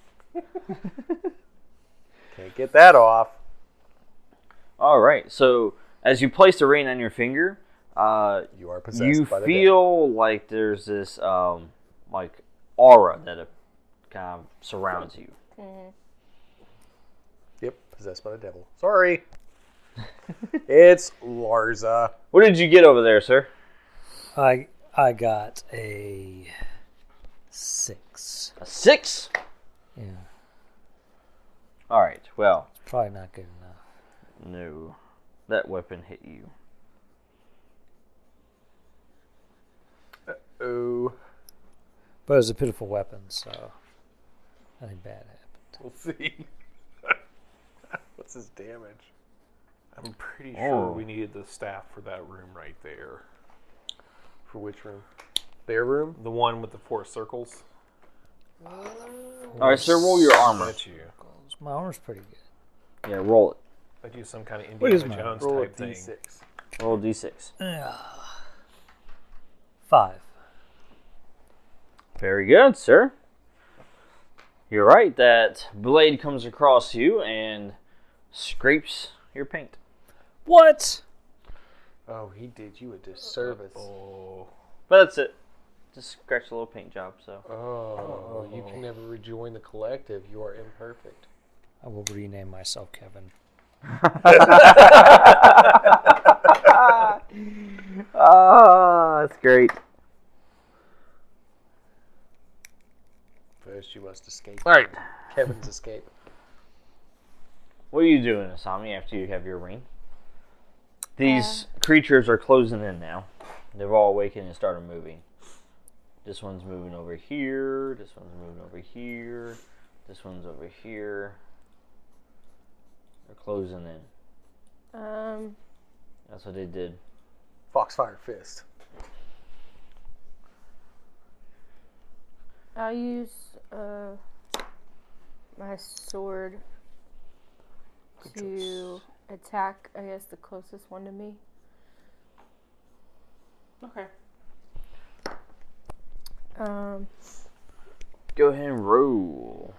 Speaker 4: Can't get that off.
Speaker 2: All right, so as you place the ring on your finger, uh,
Speaker 4: You are possessed
Speaker 2: you
Speaker 4: by the devil.
Speaker 2: feel like there's this um like aura that it kind of surrounds you.
Speaker 4: Yep, possessed by the devil. Sorry. it's Larza.
Speaker 2: What did you get over there, sir?
Speaker 6: I I got a six.
Speaker 2: A six.
Speaker 6: Yeah,
Speaker 2: All right. Well,
Speaker 6: it's probably not good enough.
Speaker 2: no, that weapon hit you.
Speaker 4: Oh.
Speaker 6: But it was a pitiful weapon, so Nothing bad happened.
Speaker 7: We'll see.
Speaker 4: [laughs]
Speaker 7: What's his damage?
Speaker 5: I'm pretty sure
Speaker 2: Oh.
Speaker 5: we needed the staff for that room right there.
Speaker 4: For which room? Their room?
Speaker 5: The one with the four circles.
Speaker 2: All right, sir. Roll your armor.
Speaker 5: That's you.
Speaker 6: My armor's pretty good.
Speaker 2: Yeah, roll it.
Speaker 5: I do some kind of
Speaker 6: What is
Speaker 5: Indiana
Speaker 6: mine?
Speaker 5: Jones
Speaker 4: Roll a
Speaker 5: type thing.
Speaker 4: d6.
Speaker 2: Roll a d6.
Speaker 6: Five.
Speaker 2: Very good, sir. You're right. That blade comes across you and scrapes your paint.
Speaker 6: What?
Speaker 4: Oh, he did you a disservice. Oh,
Speaker 2: But that's it. Just scratch a little paint job. So
Speaker 4: Oh, you can never rejoin the collective. You are imperfect.
Speaker 6: I will rename myself Kevin.
Speaker 2: ah, that's great.
Speaker 4: First, you must escape
Speaker 2: All right.
Speaker 4: Kevin's escape.
Speaker 2: What are you doing, Asami, after you have your ring? These creatures are closing in now. They've all awakened and started moving. This one's moving over here. This one's moving over here. This one's over here. They're closing in.
Speaker 3: Um,
Speaker 2: That's what they did.
Speaker 4: Foxfire fist.
Speaker 3: I'll use uh my sword to attack. I guess the closest one to me.
Speaker 2: Okay.
Speaker 3: Um,
Speaker 2: Go ahead and roll.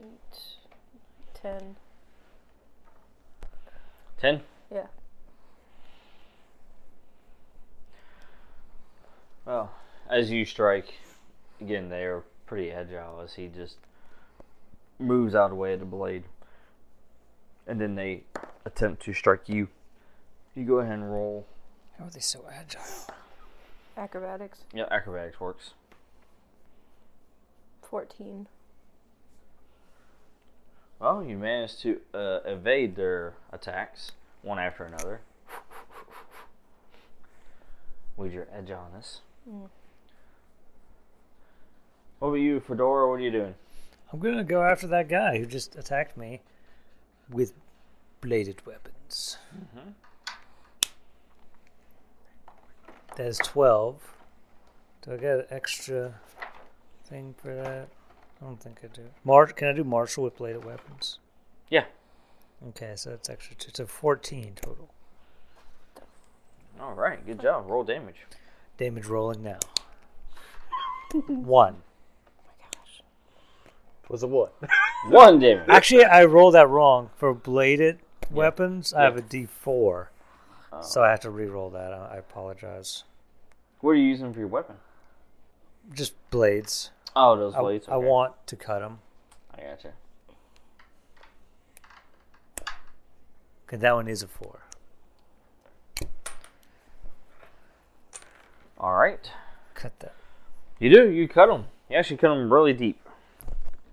Speaker 3: eight, ten.
Speaker 2: Ten.
Speaker 3: Yeah.
Speaker 2: Well, as you strike, again, they are pretty agile as he just moves out of the way of the blade. And then they attempt to strike you. You go ahead and roll.
Speaker 6: How are they so agile?
Speaker 3: Acrobatics.
Speaker 2: Yeah, acrobatics works.
Speaker 3: Fourteen.
Speaker 2: Well, you manage to uh, evade their attacks, one after another. With your agileness. What about you, Fedora? What are you doing?
Speaker 6: I'm gonna go after that guy who just attacked me with bladed weapons. There's twelve. Do I get an extra thing for that? I don't think I do. Mar- can I do martial with bladed weapons?
Speaker 2: Yeah.
Speaker 6: Okay, so that's extra two. So fourteen total.
Speaker 2: All right, good job. Roll damage.
Speaker 6: Damage rolling now. [laughs] One.
Speaker 4: Was a what?
Speaker 2: One damage.
Speaker 6: Actually, I rolled that wrong. For bladed weapons, I have a D4.
Speaker 2: Oh.
Speaker 6: So I have to re-roll that. I I apologize.
Speaker 2: What are you using for your weapon?
Speaker 6: Just blades.
Speaker 2: Oh, those
Speaker 6: I,
Speaker 2: blades.
Speaker 6: I
Speaker 2: okay.
Speaker 6: want to cut them.
Speaker 2: I gotcha.
Speaker 6: Cause that one is a four.
Speaker 2: All right.
Speaker 6: Cut that.
Speaker 2: You do. You cut him. You actually cut him really deep.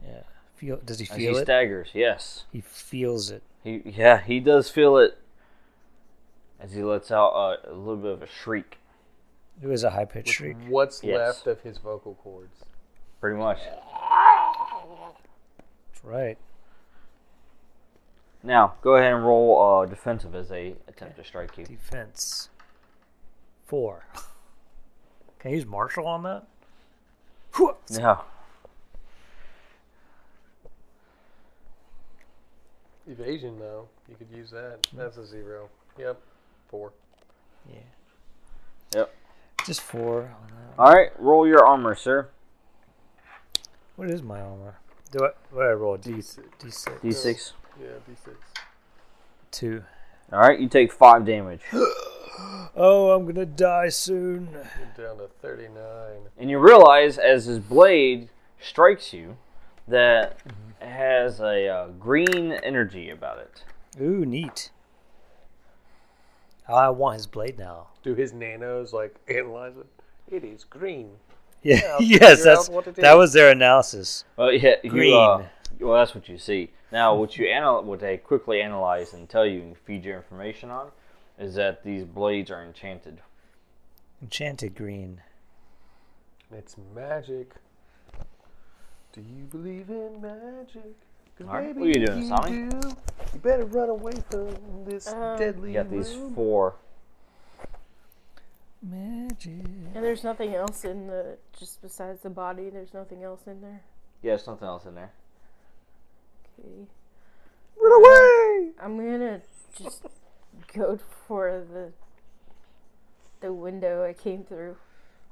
Speaker 6: Yeah. Feel? Does he
Speaker 2: As he
Speaker 6: feel it?
Speaker 2: staggers. Yes.
Speaker 6: He feels it.
Speaker 2: He yeah. He does feel it. As he lets out uh, a little bit of a shriek.
Speaker 6: It was a high pitched shriek.
Speaker 4: What's
Speaker 2: Yes.
Speaker 4: left of his vocal cords?
Speaker 2: Pretty much.
Speaker 6: That's right.
Speaker 2: Now go ahead and roll uh, defensive as they attempt to strike you.
Speaker 6: Defense. Four. [laughs] Can I use martial on that? [laughs] Whew!
Speaker 2: No.
Speaker 4: Evasion, though. You could use that. That's a zero. Yep. Four.
Speaker 6: Yeah.
Speaker 2: Yep.
Speaker 6: Just four. on that.
Speaker 2: All right. Roll your armor, sir.
Speaker 6: What is my armor? Do I? What do I roll? D D six.
Speaker 2: D6.
Speaker 4: Yeah, D6.
Speaker 6: Two.
Speaker 2: All right. You take five
Speaker 6: [gasps]
Speaker 2: damage.
Speaker 6: Oh, I'm gonna die soon.
Speaker 4: Down to 39.
Speaker 2: and you realize as his blade strikes you that
Speaker 6: Mm-hmm.
Speaker 2: it has a uh, green energy about it.
Speaker 6: Ooh, neat. Oh, I want his blade now.
Speaker 4: Do his nanos, like, [laughs] analyze it? It is green.
Speaker 6: [laughs] Yeah.
Speaker 4: figure
Speaker 6: yes,
Speaker 4: out
Speaker 6: that's
Speaker 4: what it
Speaker 6: that
Speaker 4: is.
Speaker 6: was their analysis.
Speaker 2: Well, Oh, yeah,
Speaker 6: Green.
Speaker 2: You, uh, well, that's what you see. Now, what you anal- what they quickly analyze and tell you and feed your information on is that these blades are enchanted.
Speaker 6: Enchanted green.
Speaker 4: It's magic. Do you believe in magic? 'Cause
Speaker 2: All right,
Speaker 4: maybe
Speaker 2: what are you doing,
Speaker 4: if
Speaker 2: Sonny?
Speaker 4: do, you better run away from this
Speaker 3: Um,
Speaker 4: deadly
Speaker 2: You got these
Speaker 4: room.
Speaker 2: four.
Speaker 6: Magic.
Speaker 3: And there's nothing else in the just besides the body. There's nothing else in there.
Speaker 2: Yeah, there's nothing else in there.
Speaker 3: Okay.
Speaker 4: Run away!
Speaker 3: I'm gonna just go for the the window I came through.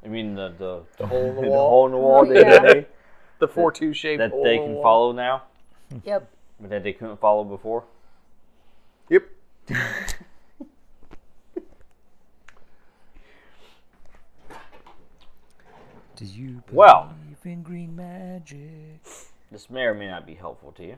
Speaker 2: I mean the the,
Speaker 4: The hole in the
Speaker 2: [laughs] the
Speaker 4: wall.
Speaker 2: hole in the wall
Speaker 3: Oh,
Speaker 2: they
Speaker 3: yeah.
Speaker 2: made
Speaker 4: The four-two shape.
Speaker 2: that they can follow now,
Speaker 3: Yep.
Speaker 2: but that they couldn't follow before.
Speaker 4: Yep.
Speaker 6: Do you believe
Speaker 2: Well.
Speaker 6: in green magic?
Speaker 2: This may or may not be helpful to you.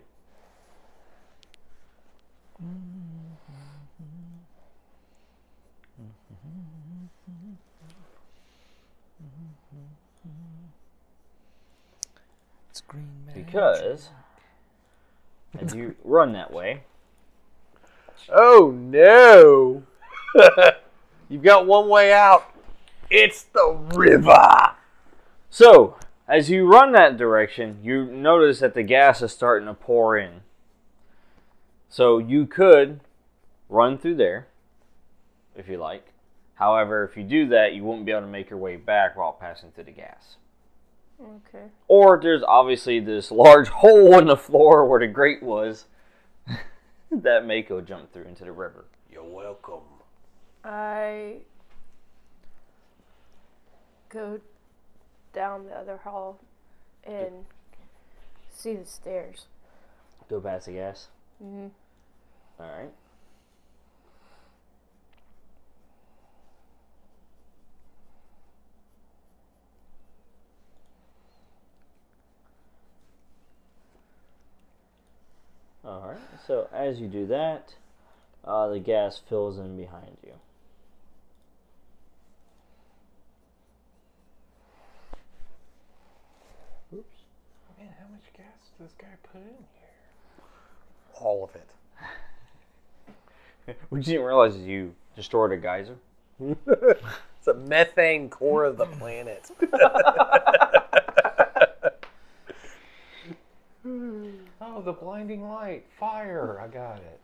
Speaker 6: It's green magic.
Speaker 2: Because as you run that way,
Speaker 4: Oh
Speaker 2: [laughs]
Speaker 4: no! You've got one way out. It's the river.
Speaker 2: so as you run that direction, you notice that the gas is starting to pour in. So you could run through there if you like. However, if you do that, you won't be able to make your way back while passing through the gas.
Speaker 3: Okay.
Speaker 2: Or there's obviously this large [laughs] hole in the floor where the grate was [laughs] that Mako jumped through into the river.
Speaker 4: You're welcome.
Speaker 3: I go down the other hall and see the stairs.
Speaker 2: Go past the gas.
Speaker 3: Mhm.
Speaker 2: All right. All right. So as you do that, uh, the gas fills in behind you.
Speaker 5: Man, how much gas does this guy put in here?
Speaker 4: All of it.
Speaker 2: We didn't realize you destroyed a geyser.
Speaker 4: It's a methane core of the planet.
Speaker 5: Oh, the blinding light, fire! I got it.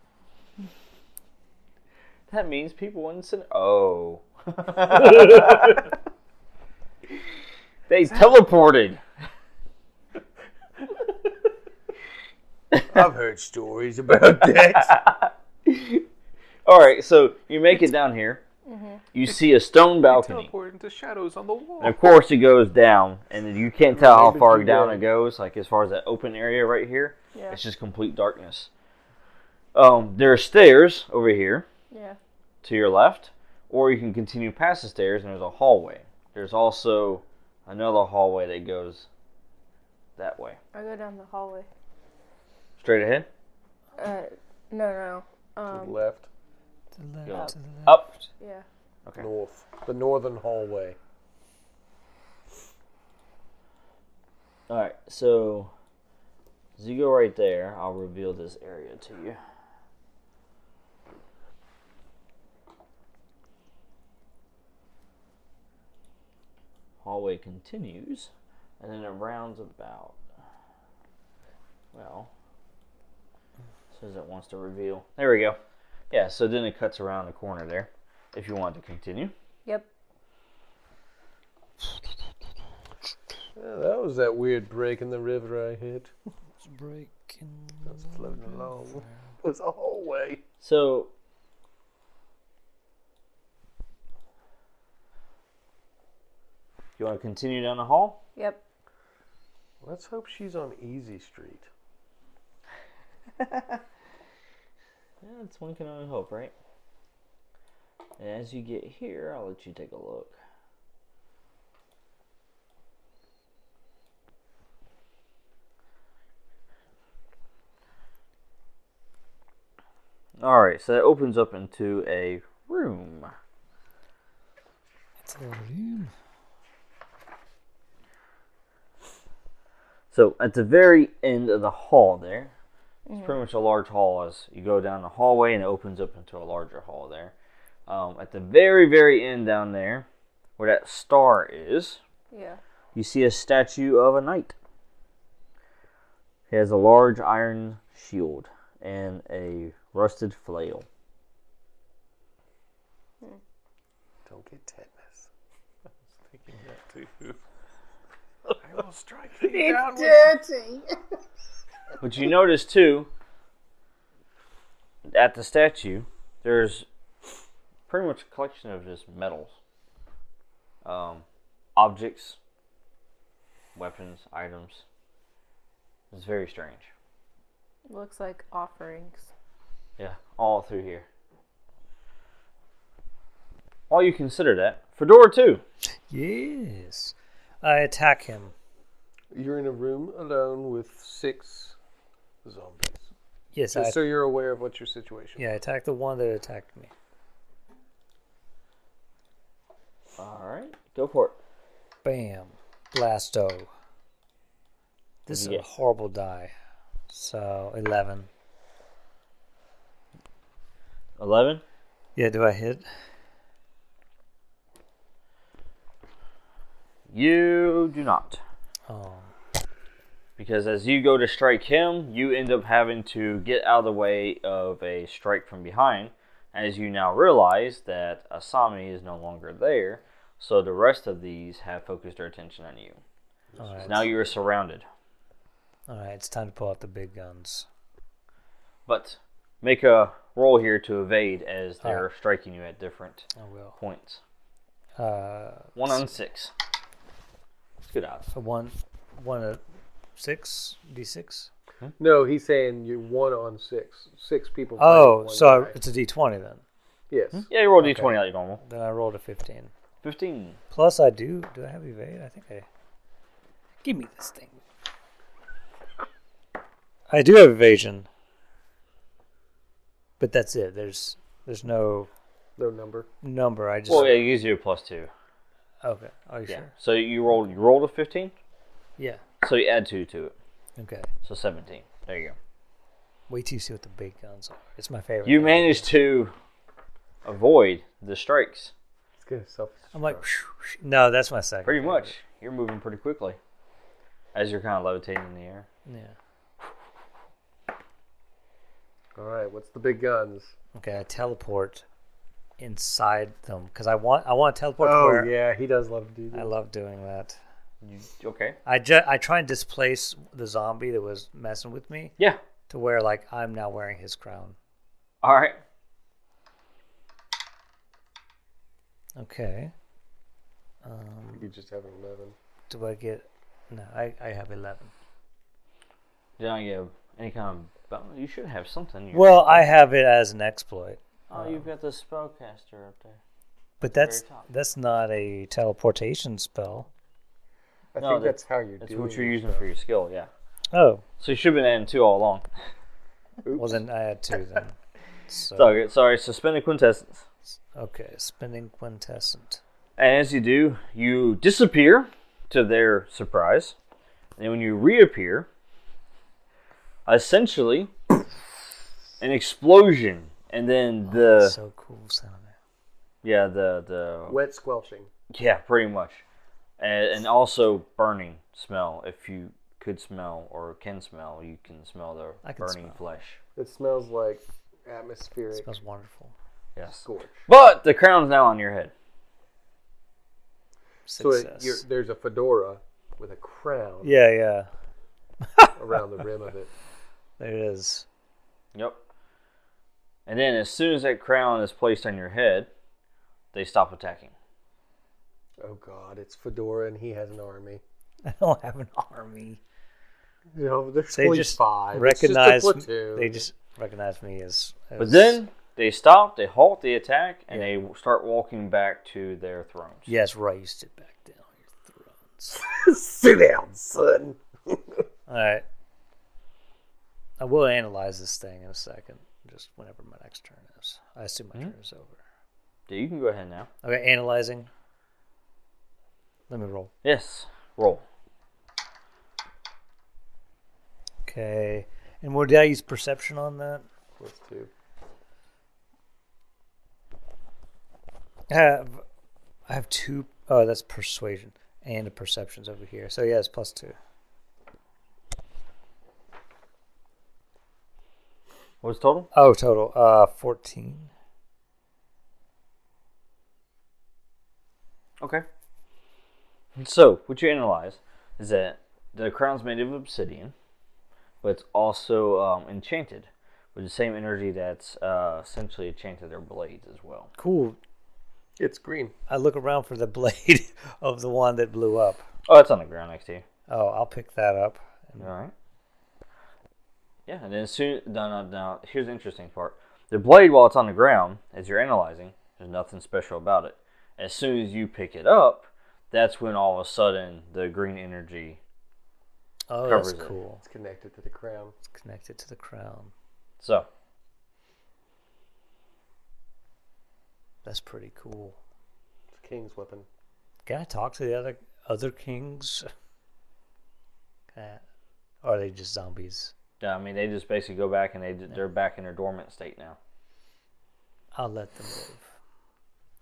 Speaker 2: That means people incinerated. Oh. [laughs] they teleported.
Speaker 4: [laughs] I've heard stories about that.
Speaker 2: All right, so you make it down here. You see a stone balcony.
Speaker 5: Teleport into shadows on the wall.
Speaker 2: And of course, it goes down, and then you can't tell how
Speaker 4: Maybe
Speaker 2: far
Speaker 4: too
Speaker 2: down
Speaker 4: bad.
Speaker 2: it goes. Like as far as that open area right here,
Speaker 3: Yeah.
Speaker 2: it's just complete darkness. Um, there are stairs over here
Speaker 3: Yeah.
Speaker 2: to your left, or you can continue past the stairs, and there's a hallway. There's also another hallway that goes that way,
Speaker 3: I go down the hallway.
Speaker 2: straight ahead.
Speaker 3: Uh, no, no. Um,
Speaker 4: Left,
Speaker 6: To the left,
Speaker 2: Go
Speaker 6: to the left.
Speaker 2: Up.
Speaker 3: yeah.
Speaker 2: Okay.
Speaker 4: north, the northern hallway.
Speaker 2: All right, so as you go right there, I'll reveal this area to you. Hallway continues, and then it rounds about. Well, says it wants to reveal. There we go. Yeah, so then it cuts around the corner there. If you want to continue,
Speaker 3: Yep.
Speaker 4: Yeah, that was that weird break in the river I hit.
Speaker 6: Breaking.
Speaker 4: I was floating along. It was a hallway.
Speaker 2: so you want to continue down the hall.
Speaker 3: Yep.
Speaker 4: Let's hope she's on Easy Street.
Speaker 2: Yeah, it's one can only hope, right? And as you get here, I'll let you take a look. Alright, so that opens up into a room.
Speaker 6: It's a room.
Speaker 2: So at the very end of the hall there, it's pretty much a large hall as you go down the hallway and it opens up into a larger hall there. Um, at the very, very end down there, where that star is,
Speaker 3: Yeah.
Speaker 2: you see a statue of a knight. He has a large iron shield and a rusted flail.
Speaker 4: Don't get tetanus. [laughs]
Speaker 7: I will strike
Speaker 4: [laughs]
Speaker 7: thee down with
Speaker 3: Dirty.
Speaker 2: But you notice too, at the statue, there's pretty much a collection of just metals, um, objects, weapons, items. It's very strange.
Speaker 3: Looks like offerings.
Speaker 2: Yeah, all through here. While you consider that, Fedora too.
Speaker 6: Yes. I attack him.
Speaker 4: You're in a room alone with six zombies.
Speaker 6: Yes,
Speaker 4: Just
Speaker 6: I,
Speaker 4: so you're aware of what your situation.
Speaker 6: yeah, I attack the one that attacked me.
Speaker 2: All right, go for it.
Speaker 6: Bam. Blasto. This is
Speaker 2: What'd you
Speaker 6: a
Speaker 2: get?
Speaker 6: horrible die. So, 11.
Speaker 2: Eleven.
Speaker 6: Yeah, do I hit?
Speaker 2: You do not.
Speaker 6: Oh.
Speaker 2: Because as you go to strike him, you end up having to get out of the way of a strike from behind, as you now realize that Asami is no longer there, so the rest of these have focused their attention on you.
Speaker 6: All right.
Speaker 2: Now you are surrounded.
Speaker 6: All right, it's time to pull out the big guns.
Speaker 2: But make a roll here to evade as they're
Speaker 6: Alright.
Speaker 2: striking you at different
Speaker 6: I will.
Speaker 2: points.
Speaker 6: Uh,
Speaker 2: One on six. It's good odds.
Speaker 6: a one, one, a six, d6.
Speaker 4: No, he's saying you're one on six. Six people. fighting
Speaker 6: Oh,
Speaker 4: one
Speaker 6: so
Speaker 4: guy.
Speaker 6: it's a d20 then.
Speaker 4: yes.
Speaker 2: Yeah, you roll a d20 like normal.
Speaker 6: Then I rolled a 15.
Speaker 2: 15.
Speaker 6: Plus, I do. Do I have evade? I think I. Give me this thing. I do have evasion. But that's it. There's there's no
Speaker 4: No number.
Speaker 6: number. I just.
Speaker 2: Well, yeah, it gives you a plus two.
Speaker 6: Okay. Are you
Speaker 2: Yeah.
Speaker 6: sure?
Speaker 2: So you rolled, you rolled a 15,
Speaker 6: Yeah.
Speaker 2: so you add two to it.
Speaker 6: Okay.
Speaker 2: So 17. There you go.
Speaker 6: Wait till you see what the big guns are. It's my favorite.
Speaker 2: You
Speaker 6: thing.
Speaker 2: managed to avoid the strikes
Speaker 4: It's good. Self.
Speaker 6: I'm like, "Phew, phew." no, that's my second.
Speaker 2: pretty
Speaker 6: favorite.
Speaker 2: much. You're moving pretty quickly as you're kind of levitating in the air.
Speaker 6: Yeah.
Speaker 4: All right. What's the big guns?
Speaker 6: Okay. I teleport inside them because I want I want to teleport. to
Speaker 4: Oh
Speaker 6: where
Speaker 4: yeah, he does love to do that.
Speaker 6: I love doing that.
Speaker 2: You, okay.
Speaker 6: I ju- I try and displace the zombie that was messing with me.
Speaker 2: Yeah.
Speaker 6: to where like I'm now wearing his crown.
Speaker 2: All right.
Speaker 6: Okay. Um,
Speaker 4: you just have an eleven.
Speaker 6: do I get? No, I, I have eleven.
Speaker 2: Did I get any kind of bonus? You should have something. You-
Speaker 6: Well, I have it as an exploit,
Speaker 2: oh, you've got the spellcaster up there.
Speaker 6: but that's
Speaker 2: top.
Speaker 6: that's not a teleportation spell.
Speaker 4: I
Speaker 2: No,
Speaker 4: think that's,
Speaker 2: that's-
Speaker 4: how you're
Speaker 2: That's
Speaker 4: doing.
Speaker 2: what
Speaker 4: it.
Speaker 2: you're using for your skill, yeah.
Speaker 6: Oh,
Speaker 2: So you should have been adding two all along.
Speaker 6: well then I had two then. So,
Speaker 2: Sorry, sorry, suspended quintessence.
Speaker 6: okay, spinning quintessent.
Speaker 2: And as you do, you disappear to their surprise. And when you reappear, essentially [coughs] an explosion and then the
Speaker 6: so cool sounding.
Speaker 2: yeah, the the
Speaker 4: Wet squelching.
Speaker 2: yeah, pretty much. And, and also burning smell if you could smell or can smell, you can smell the
Speaker 6: I can
Speaker 2: burning
Speaker 6: smell.
Speaker 2: flesh.
Speaker 4: It smells like atmospheric
Speaker 6: Smells wonderful.
Speaker 2: Yes.
Speaker 4: scorch.
Speaker 2: But the crown's now on your head.
Speaker 4: So it,
Speaker 6: Success.
Speaker 4: you're, there's a fedora with a [laughs] crown
Speaker 6: yeah, yeah.
Speaker 4: around the rim of it.
Speaker 6: There it is. [laughs]
Speaker 2: Yep. And then as soon as that crown is placed on your head, they stop attacking.
Speaker 4: Oh God, it's fedora and he has an army.
Speaker 6: I don't have an army.
Speaker 4: You know, there's
Speaker 6: They
Speaker 4: only
Speaker 6: just
Speaker 4: five. It's
Speaker 6: recognize.
Speaker 4: just a platoon.
Speaker 6: They just recognize me as.
Speaker 2: But
Speaker 6: as-
Speaker 2: then they stop, they halt the attack, and they start walking back to their thrones.
Speaker 6: Yes, right. You sit back down on your thrones.
Speaker 4: sit down, son.
Speaker 6: All right. I will analyze this thing in a second, just whenever my next turn is. I assume my turn is over.
Speaker 2: Yeah, you can go ahead now.
Speaker 6: Okay, analyzing. Let me roll.
Speaker 2: Yes. Roll.
Speaker 6: Okay. And would I use perception on that?
Speaker 4: Let's do.
Speaker 6: I have, I have two. Oh, that's persuasion. and a perception's over here. So yeah, it's plus two.
Speaker 2: What's total?
Speaker 6: Oh, total uh fourteen.
Speaker 2: Okay. So, what you analyze is that the crown's made of obsidian, but it's also um, enchanted with the same energy that's uh, essentially enchanted their blades as well.
Speaker 6: Cool.
Speaker 4: It's green.
Speaker 6: I look around for the [laughs] blade of the one that blew up.
Speaker 2: Oh, it's on the ground next to you.
Speaker 6: Oh, I'll pick that up.
Speaker 2: All right. Yeah, and then as soon now, now, now here's the interesting part: the blade, while it's on the ground, as you're analyzing, there's nothing special about it. As soon as you pick it up, that's when all of a sudden the green energy.
Speaker 6: Oh,
Speaker 2: Covers
Speaker 6: that's
Speaker 2: it.
Speaker 6: cool.
Speaker 4: It's connected to the crown.
Speaker 6: It's connected to the crown.
Speaker 2: So
Speaker 6: That's pretty cool.
Speaker 4: It's king's weapon.
Speaker 6: Can I talk to the other other kings? Can I- or are they just zombies?
Speaker 2: yeah, I mean, they just basically go back and they they're back in their dormant state now.
Speaker 6: I'll let them live.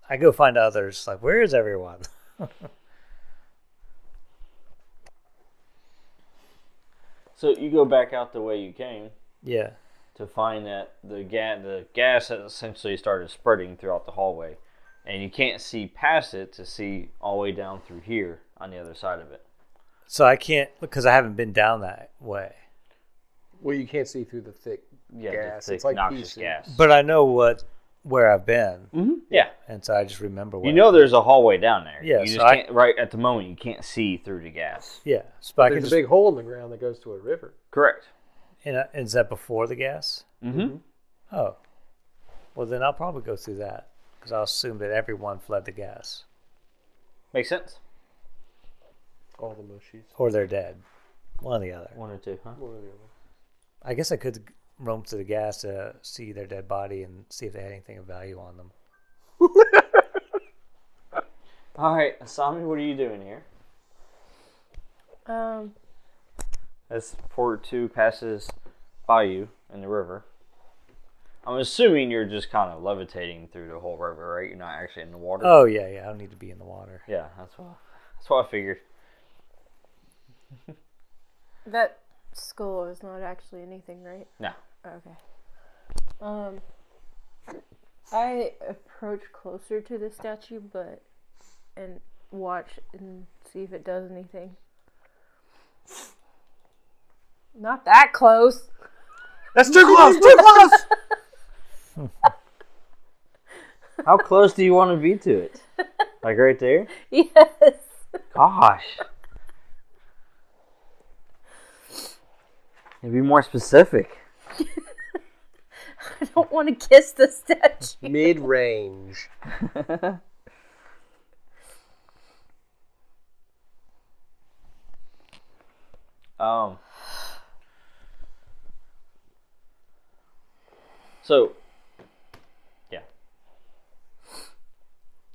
Speaker 6: I go find others. Like, where is everyone? [laughs]
Speaker 2: So you go back out the way you came
Speaker 6: yeah.
Speaker 2: to find that the ga- the gas has essentially started spreading throughout the hallway, and you can't see past it to see all the way down through here on the other side of it.
Speaker 6: So I can't because I haven't been down that way.
Speaker 4: Well, you can't see through the thick
Speaker 2: Yeah,
Speaker 4: gas.
Speaker 2: the,
Speaker 4: it's
Speaker 2: the
Speaker 4: like
Speaker 2: noxious
Speaker 4: pieces.
Speaker 2: gas.
Speaker 6: But I know what where I've been,
Speaker 2: yeah,
Speaker 6: and so I just remember. Where
Speaker 2: you know there's a hallway down there.
Speaker 6: Yeah,
Speaker 2: you just
Speaker 6: so I-
Speaker 2: can't, right at the moment you can't see through the gas.
Speaker 6: Yeah. So I can
Speaker 4: There's
Speaker 6: just.
Speaker 4: a big hole in the ground that goes to a [laughs] river.
Speaker 2: Correct.
Speaker 6: and I- is that before the gas?
Speaker 2: Mm-hmm.
Speaker 6: Oh. Well, then I'll probably go through that because I'll assume that everyone fled the gas
Speaker 2: Makes sense.
Speaker 4: All the mushies.
Speaker 6: or they're dead, one or the other.
Speaker 2: One or two, huh?
Speaker 4: One or the other.
Speaker 6: I guess I could roam through the gas to see their dead body and see if they had anything of value on them.
Speaker 2: All right, Asami, what are you doing here?
Speaker 3: Um,
Speaker 2: As Port Two passes by you in the river, I'm assuming you're just kind of levitating through the whole river, right? You're not actually in the water.
Speaker 6: Oh yeah, yeah. I don't need to be in the water.
Speaker 2: Yeah, that's what that's what I figured.
Speaker 3: that skull is not actually anything, right?
Speaker 2: No.
Speaker 3: Okay. Um, I approach closer to the statue, but and watch and see if it does anything. Not that close. [laughs]
Speaker 4: That's too close! Too close!
Speaker 2: How close do you want to be to [laughs] it? Like right there?
Speaker 3: Yes.
Speaker 2: Gosh. And be more specific.
Speaker 3: I don't want to kiss the statue.
Speaker 4: Mid range.
Speaker 2: Um. So, yeah.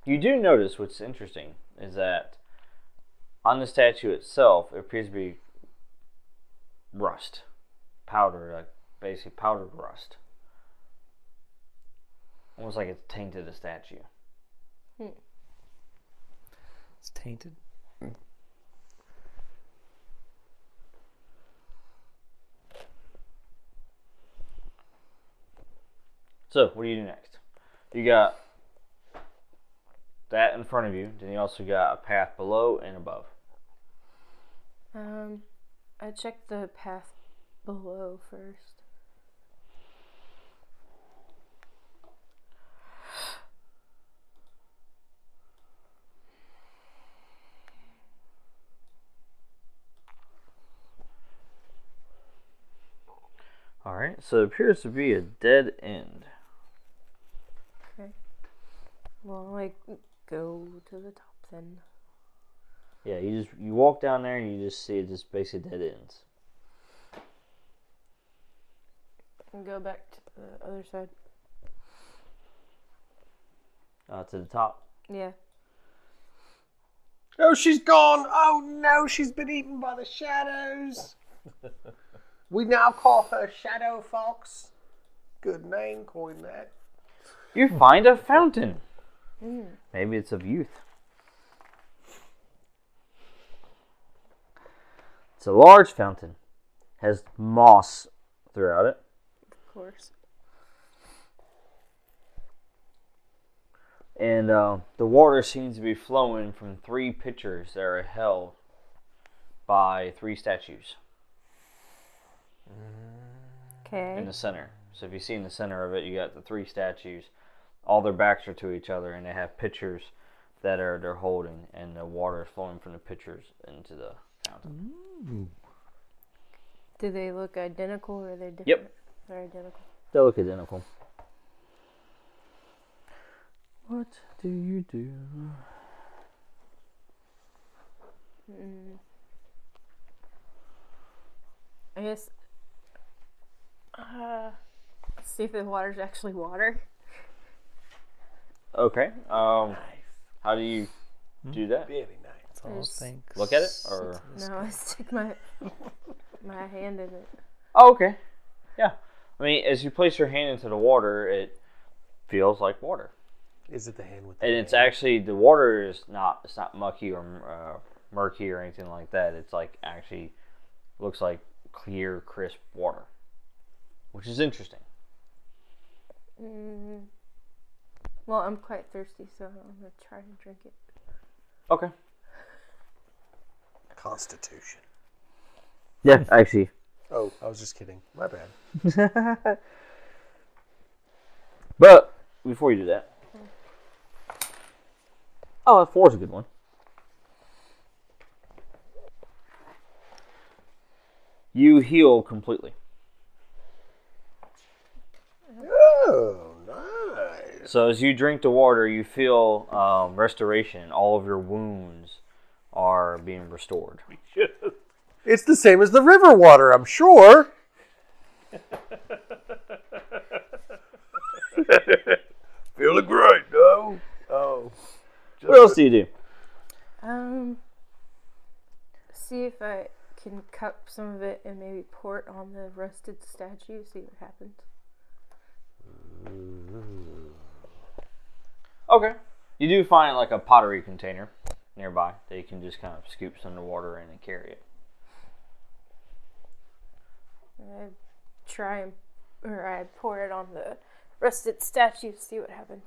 Speaker 2: You do notice what's interesting is that on the statue itself, it appears to be rust, powder, like basically powdered rust. Almost like it's tainted the statue.
Speaker 6: It's tainted.
Speaker 2: So, what do you do next? You got that in front of you, then you also got a path below and above.
Speaker 3: Um, I checked the path below first.
Speaker 2: All right, so it appears to be a dead end.
Speaker 3: Okay. Well, I go to the top then.
Speaker 2: Yeah, you just you walk down there and you just see it just basically dead ends.
Speaker 3: And go back to the other side.
Speaker 2: Uh, to the top.
Speaker 3: Yeah.
Speaker 4: Oh, she's gone! Oh no, she's been eaten by the shadows! [laughs] we now call her Shadow Fox. Good name, coin that.
Speaker 2: You find a fountain. Maybe it's of youth. It's a large fountain, has moss throughout it.
Speaker 3: Of course.
Speaker 2: and uh, the water seems to be flowing from three pitchers that are held by three statues
Speaker 3: Okay.
Speaker 2: in the center. So if you see in the center of it, you got the three statues. All their backs are to each other, and they have pitchers that are they're holding, and the water is flowing from the pitchers into the fountain.
Speaker 3: Do they look identical or are they different? They're identical.
Speaker 2: They look identical. What do you do?
Speaker 3: Mm. I guess. Uh, let's see if the water's actually water.
Speaker 2: Okay. Um, how do you do that?
Speaker 6: That's all
Speaker 3: There's-
Speaker 6: thanks.
Speaker 2: Look at it, or
Speaker 3: No, [laughs] I stick my my hand in it.
Speaker 2: Oh, okay. Yeah. I mean, as you place your hand into the water, it feels like water,
Speaker 4: Is it the hand with the
Speaker 2: and it's actually the water is not it's not mucky or uh, murky or anything like that. It's like actually looks like clear, crisp water, which is interesting.
Speaker 3: Mm. Well, I'm quite thirsty, so I'm gonna try to drink it.
Speaker 2: Okay.
Speaker 4: Constitution?
Speaker 2: Yeah, actually.
Speaker 4: Oh, I was just kidding. My bad.
Speaker 2: But before you do that, oh, that four's a good one. You heal completely.
Speaker 4: Oh, nice.
Speaker 2: So as you drink the water, you feel um, restoration. All of your wounds are being restored.
Speaker 4: It's the same as the river water, I'm
Speaker 7: [laughs]
Speaker 4: sure.
Speaker 7: Feeling great, though.
Speaker 4: Oh.
Speaker 2: What else do you do?
Speaker 3: Um, see if I can cup some of it and maybe pour it on the rusted statue. See what happens.
Speaker 2: Okay. You do find like a pottery container nearby that you can just kind of scoop some of the water in and carry it.
Speaker 3: And I try and or I pour it on the rusted statue. See what happens.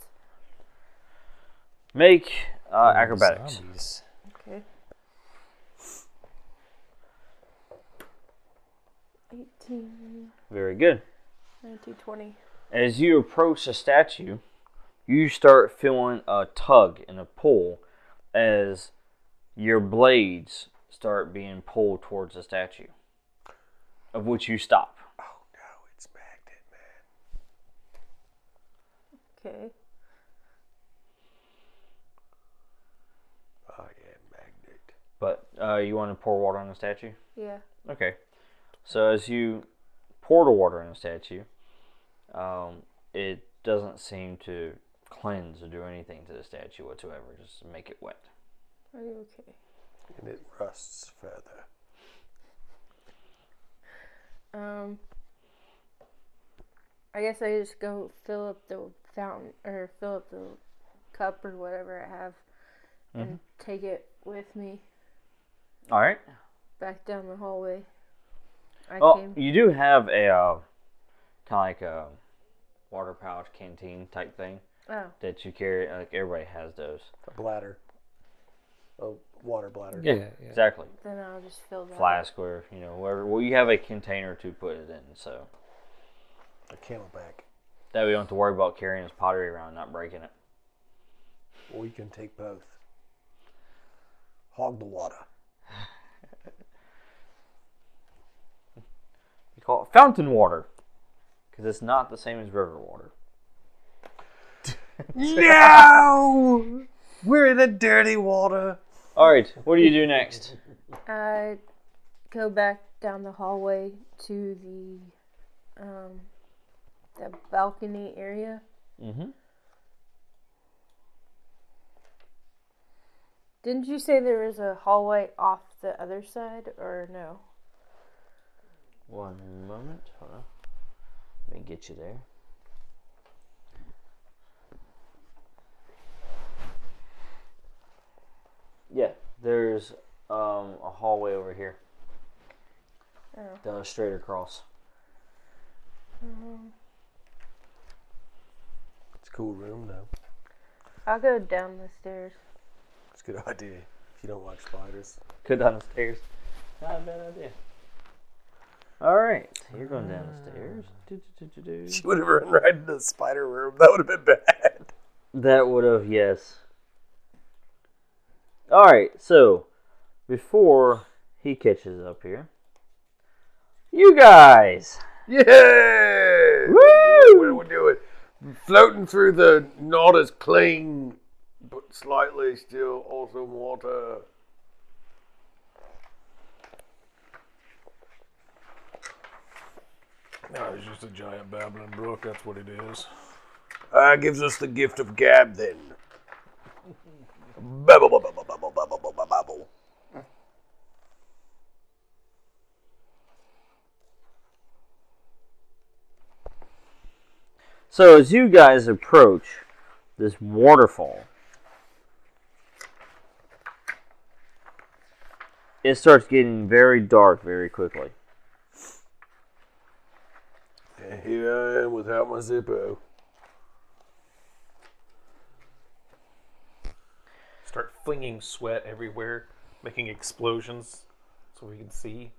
Speaker 2: Make uh, acrobatics.
Speaker 6: Zombies.
Speaker 3: Okay. Eighteen,
Speaker 2: Very good.
Speaker 3: nineteen, twenty.
Speaker 2: As you approach the statue, you start feeling a tug and a pull as your blades start being pulled towards the statue, of which you stop.
Speaker 4: No, it's magnet, man.
Speaker 3: Okay.
Speaker 4: Oh, yeah, magnet.
Speaker 2: But uh, you want to pour water on the statue?
Speaker 3: Yeah.
Speaker 2: Okay. So as you pour the water on the statue, um, it doesn't seem to cleanse or do anything to the statue whatsoever, just make it wet.
Speaker 3: Are you okay?
Speaker 4: And it rusts further.
Speaker 3: Um. I guess I just go fill up the fountain or fill up the cup or whatever I have, and take it with me
Speaker 2: All right.
Speaker 3: back down the hallway. I
Speaker 2: Well,
Speaker 3: came.
Speaker 2: you do have a uh, kind of like a water pouch canteen type thing
Speaker 3: Oh,
Speaker 2: that you carry. Like everybody has those.
Speaker 4: A bladder. A water bladder.
Speaker 6: Yeah, yeah.
Speaker 2: Exactly.
Speaker 3: then I'll just fill that. up.
Speaker 2: Flask or you know whatever. Well, you have a container to put it in, so
Speaker 4: A camelback.
Speaker 2: that we don't have to worry about carrying this pottery around, not breaking it.
Speaker 4: Or you can take both. Hog the water.
Speaker 2: We call it fountain water because it's not the same as river water.
Speaker 4: No! [laughs] We're in the dirty water.
Speaker 2: All right, what do you do next?
Speaker 3: I go back down the hallway to the um the balcony area.
Speaker 2: Mm-hmm.
Speaker 3: Didn't you say there was a hallway off the other side or no?
Speaker 2: One moment. Hold on. Let me get you there. Yeah, there's um, a hallway over here. Down straight across.
Speaker 4: It's a cool room, though.
Speaker 3: I'll go down the stairs.
Speaker 4: It's a good idea if you don't like spiders. [laughs]
Speaker 2: Could down the stairs. Not a bad idea. All right, you're going down the stairs. Do-do-do-do-do.
Speaker 4: She would have run right into the spider room. That would have been bad.
Speaker 2: That would have, yes. Alright, so before he catches up here, you guys!
Speaker 7: Yeah!
Speaker 2: Woo!
Speaker 7: What do we do it? Floating through the not as clean, but slightly still awesome water.
Speaker 5: No, it's just a giant babbling brook. That's what it is.
Speaker 7: Uh, gives us the gift of gab then. Babble, babble, babble, babble, babble, babble.
Speaker 2: So as you guys approach this waterfall, it starts getting very dark very quickly.
Speaker 7: And here I am without my Zippo.
Speaker 5: Start flinging sweat everywhere, making explosions so we can see.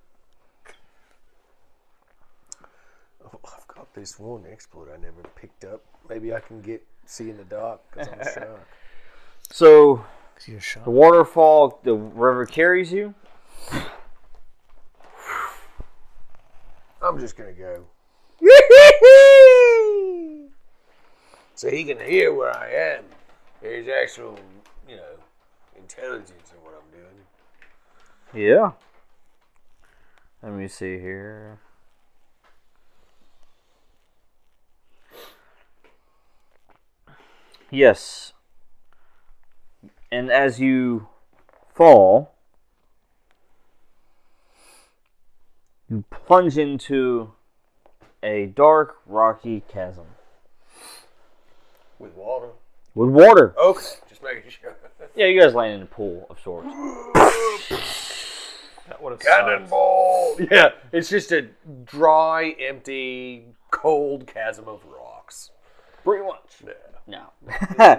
Speaker 4: Oh, I've got this one exploit I never picked up. Maybe I can get see in the dark because I'm
Speaker 7: [laughs]
Speaker 4: shark.
Speaker 2: So
Speaker 6: 'Cause you're shy.
Speaker 2: The waterfall, the river carries you.
Speaker 7: I'm just gonna go. [laughs] so he can hear where I am. His actual, you know, intelligence of what I'm doing.
Speaker 2: Yeah. Let me see here. Yes. And as you fall, you plunge into a dark, rocky chasm
Speaker 7: With water.
Speaker 2: with water.
Speaker 7: Okay. Just
Speaker 4: [laughs]
Speaker 7: making sure.
Speaker 2: Yeah, you guys land in a pool of sorts.
Speaker 5: That would have sucked.
Speaker 7: Cannonball!
Speaker 4: Yeah, it's just a dry, empty, cold chasm of rocks.
Speaker 2: Pretty much.
Speaker 4: [laughs]
Speaker 2: No.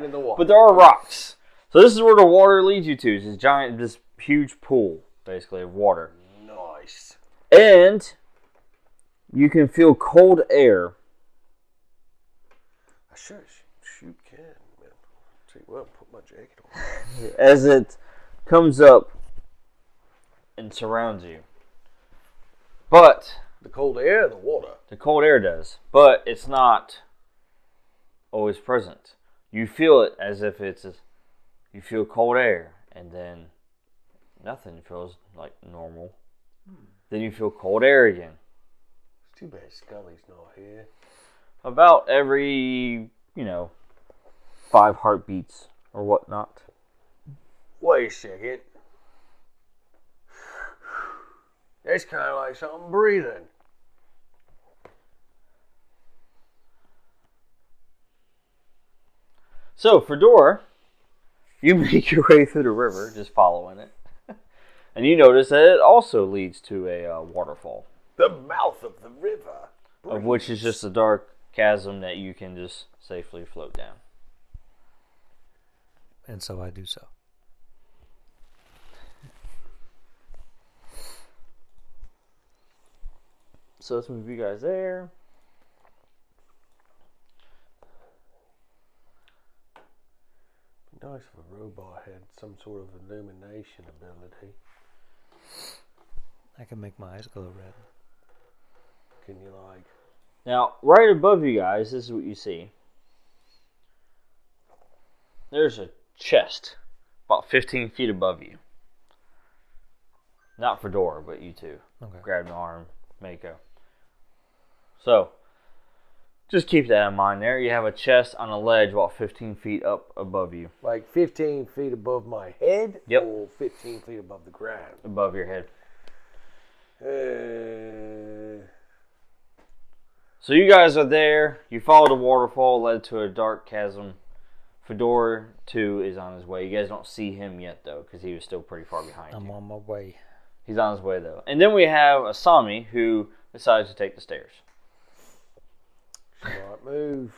Speaker 4: in the water.
Speaker 2: But there are rocks. So this is where the water leads you to. Is this giant, this huge pool, basically of water,
Speaker 4: Nice.
Speaker 2: and you can feel cold air.
Speaker 4: I sure sh- shoot can, man. Tell you what, put my jacket on.
Speaker 2: as it comes up and surrounds you. But
Speaker 4: The cold air, the water.
Speaker 2: the cold air does, but it's not always present. You feel it as if it's you feel cold air and then nothing feels like normal. Then you feel cold air again.
Speaker 4: It's too bad Scully's not here.
Speaker 2: About every, you know, five heartbeats or whatnot.
Speaker 7: Wait a second. That's kind of like something breathing.
Speaker 2: So, Fedora, you [laughs] make your way through the river, just following it. [laughs] and you notice that it also leads to a uh, waterfall,
Speaker 7: The mouth of the river.
Speaker 2: of which is just a dark chasm that you can just safely float down.
Speaker 6: And so I do so.
Speaker 2: So, let's move you guys there.
Speaker 4: Nice if a robot had some sort of illumination ability.
Speaker 6: I can make my eyes glow red.
Speaker 4: Can you like?
Speaker 2: Now, right above you guys, this is what you see. There's a chest about 15 feet above you. Not Fedora, but you two.
Speaker 6: Okay.
Speaker 2: Grab an arm, Mako. So, just keep that in mind there. You have a chest on a ledge about 15 feet up above you,
Speaker 4: Like 15 feet above my head?
Speaker 2: Yep.
Speaker 4: Or 15 feet above the ground?
Speaker 2: above your head.
Speaker 4: Uh,
Speaker 2: So you guys are there. You follow the waterfall, led to a dark chasm. Fedora too is on his way. You guys don't see him yet though, because he was still pretty far behind.
Speaker 6: I'm
Speaker 2: you.
Speaker 6: on my way.
Speaker 2: He's on his way though. And then we have Asami who decides to take the stairs. [laughs]
Speaker 4: Smart move.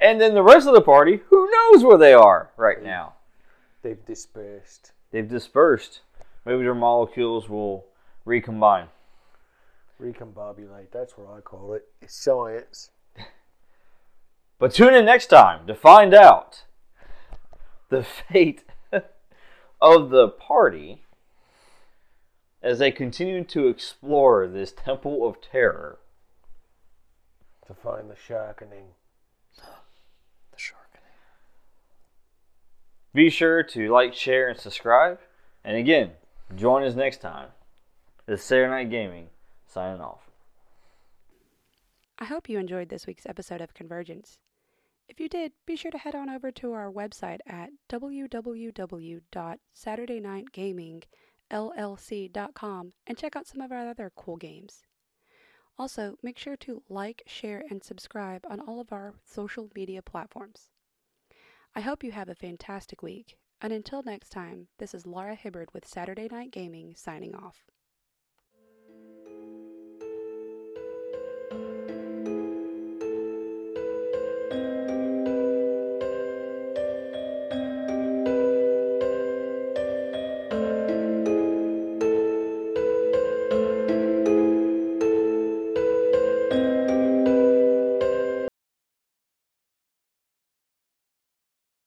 Speaker 2: And then the rest of the party, who knows where they are right now?
Speaker 4: They've dispersed.
Speaker 2: They've dispersed. Maybe their molecules will recombine.
Speaker 4: Recombobulate. That's what I call it. It's science.
Speaker 2: But tune in next time to find out the [laughs] fate of the party as they continue to explore this temple of terror.
Speaker 4: To find the sharkening.
Speaker 6: The shark.
Speaker 2: Be sure to like, share, and subscribe. And again, join us next time. This is Saturday Night Gaming signing off.
Speaker 1: I hope you enjoyed this week's episode of Convergence. If you did, be sure to head on over to our website at www.saturdaynightgamingllc.com and check out some of our other cool games. Also, make sure to like, share, and subscribe on all of our social media platforms. I hope you have a fantastic week, and until next time, this is Laura Hibbard with Saturday Night Gaming signing off.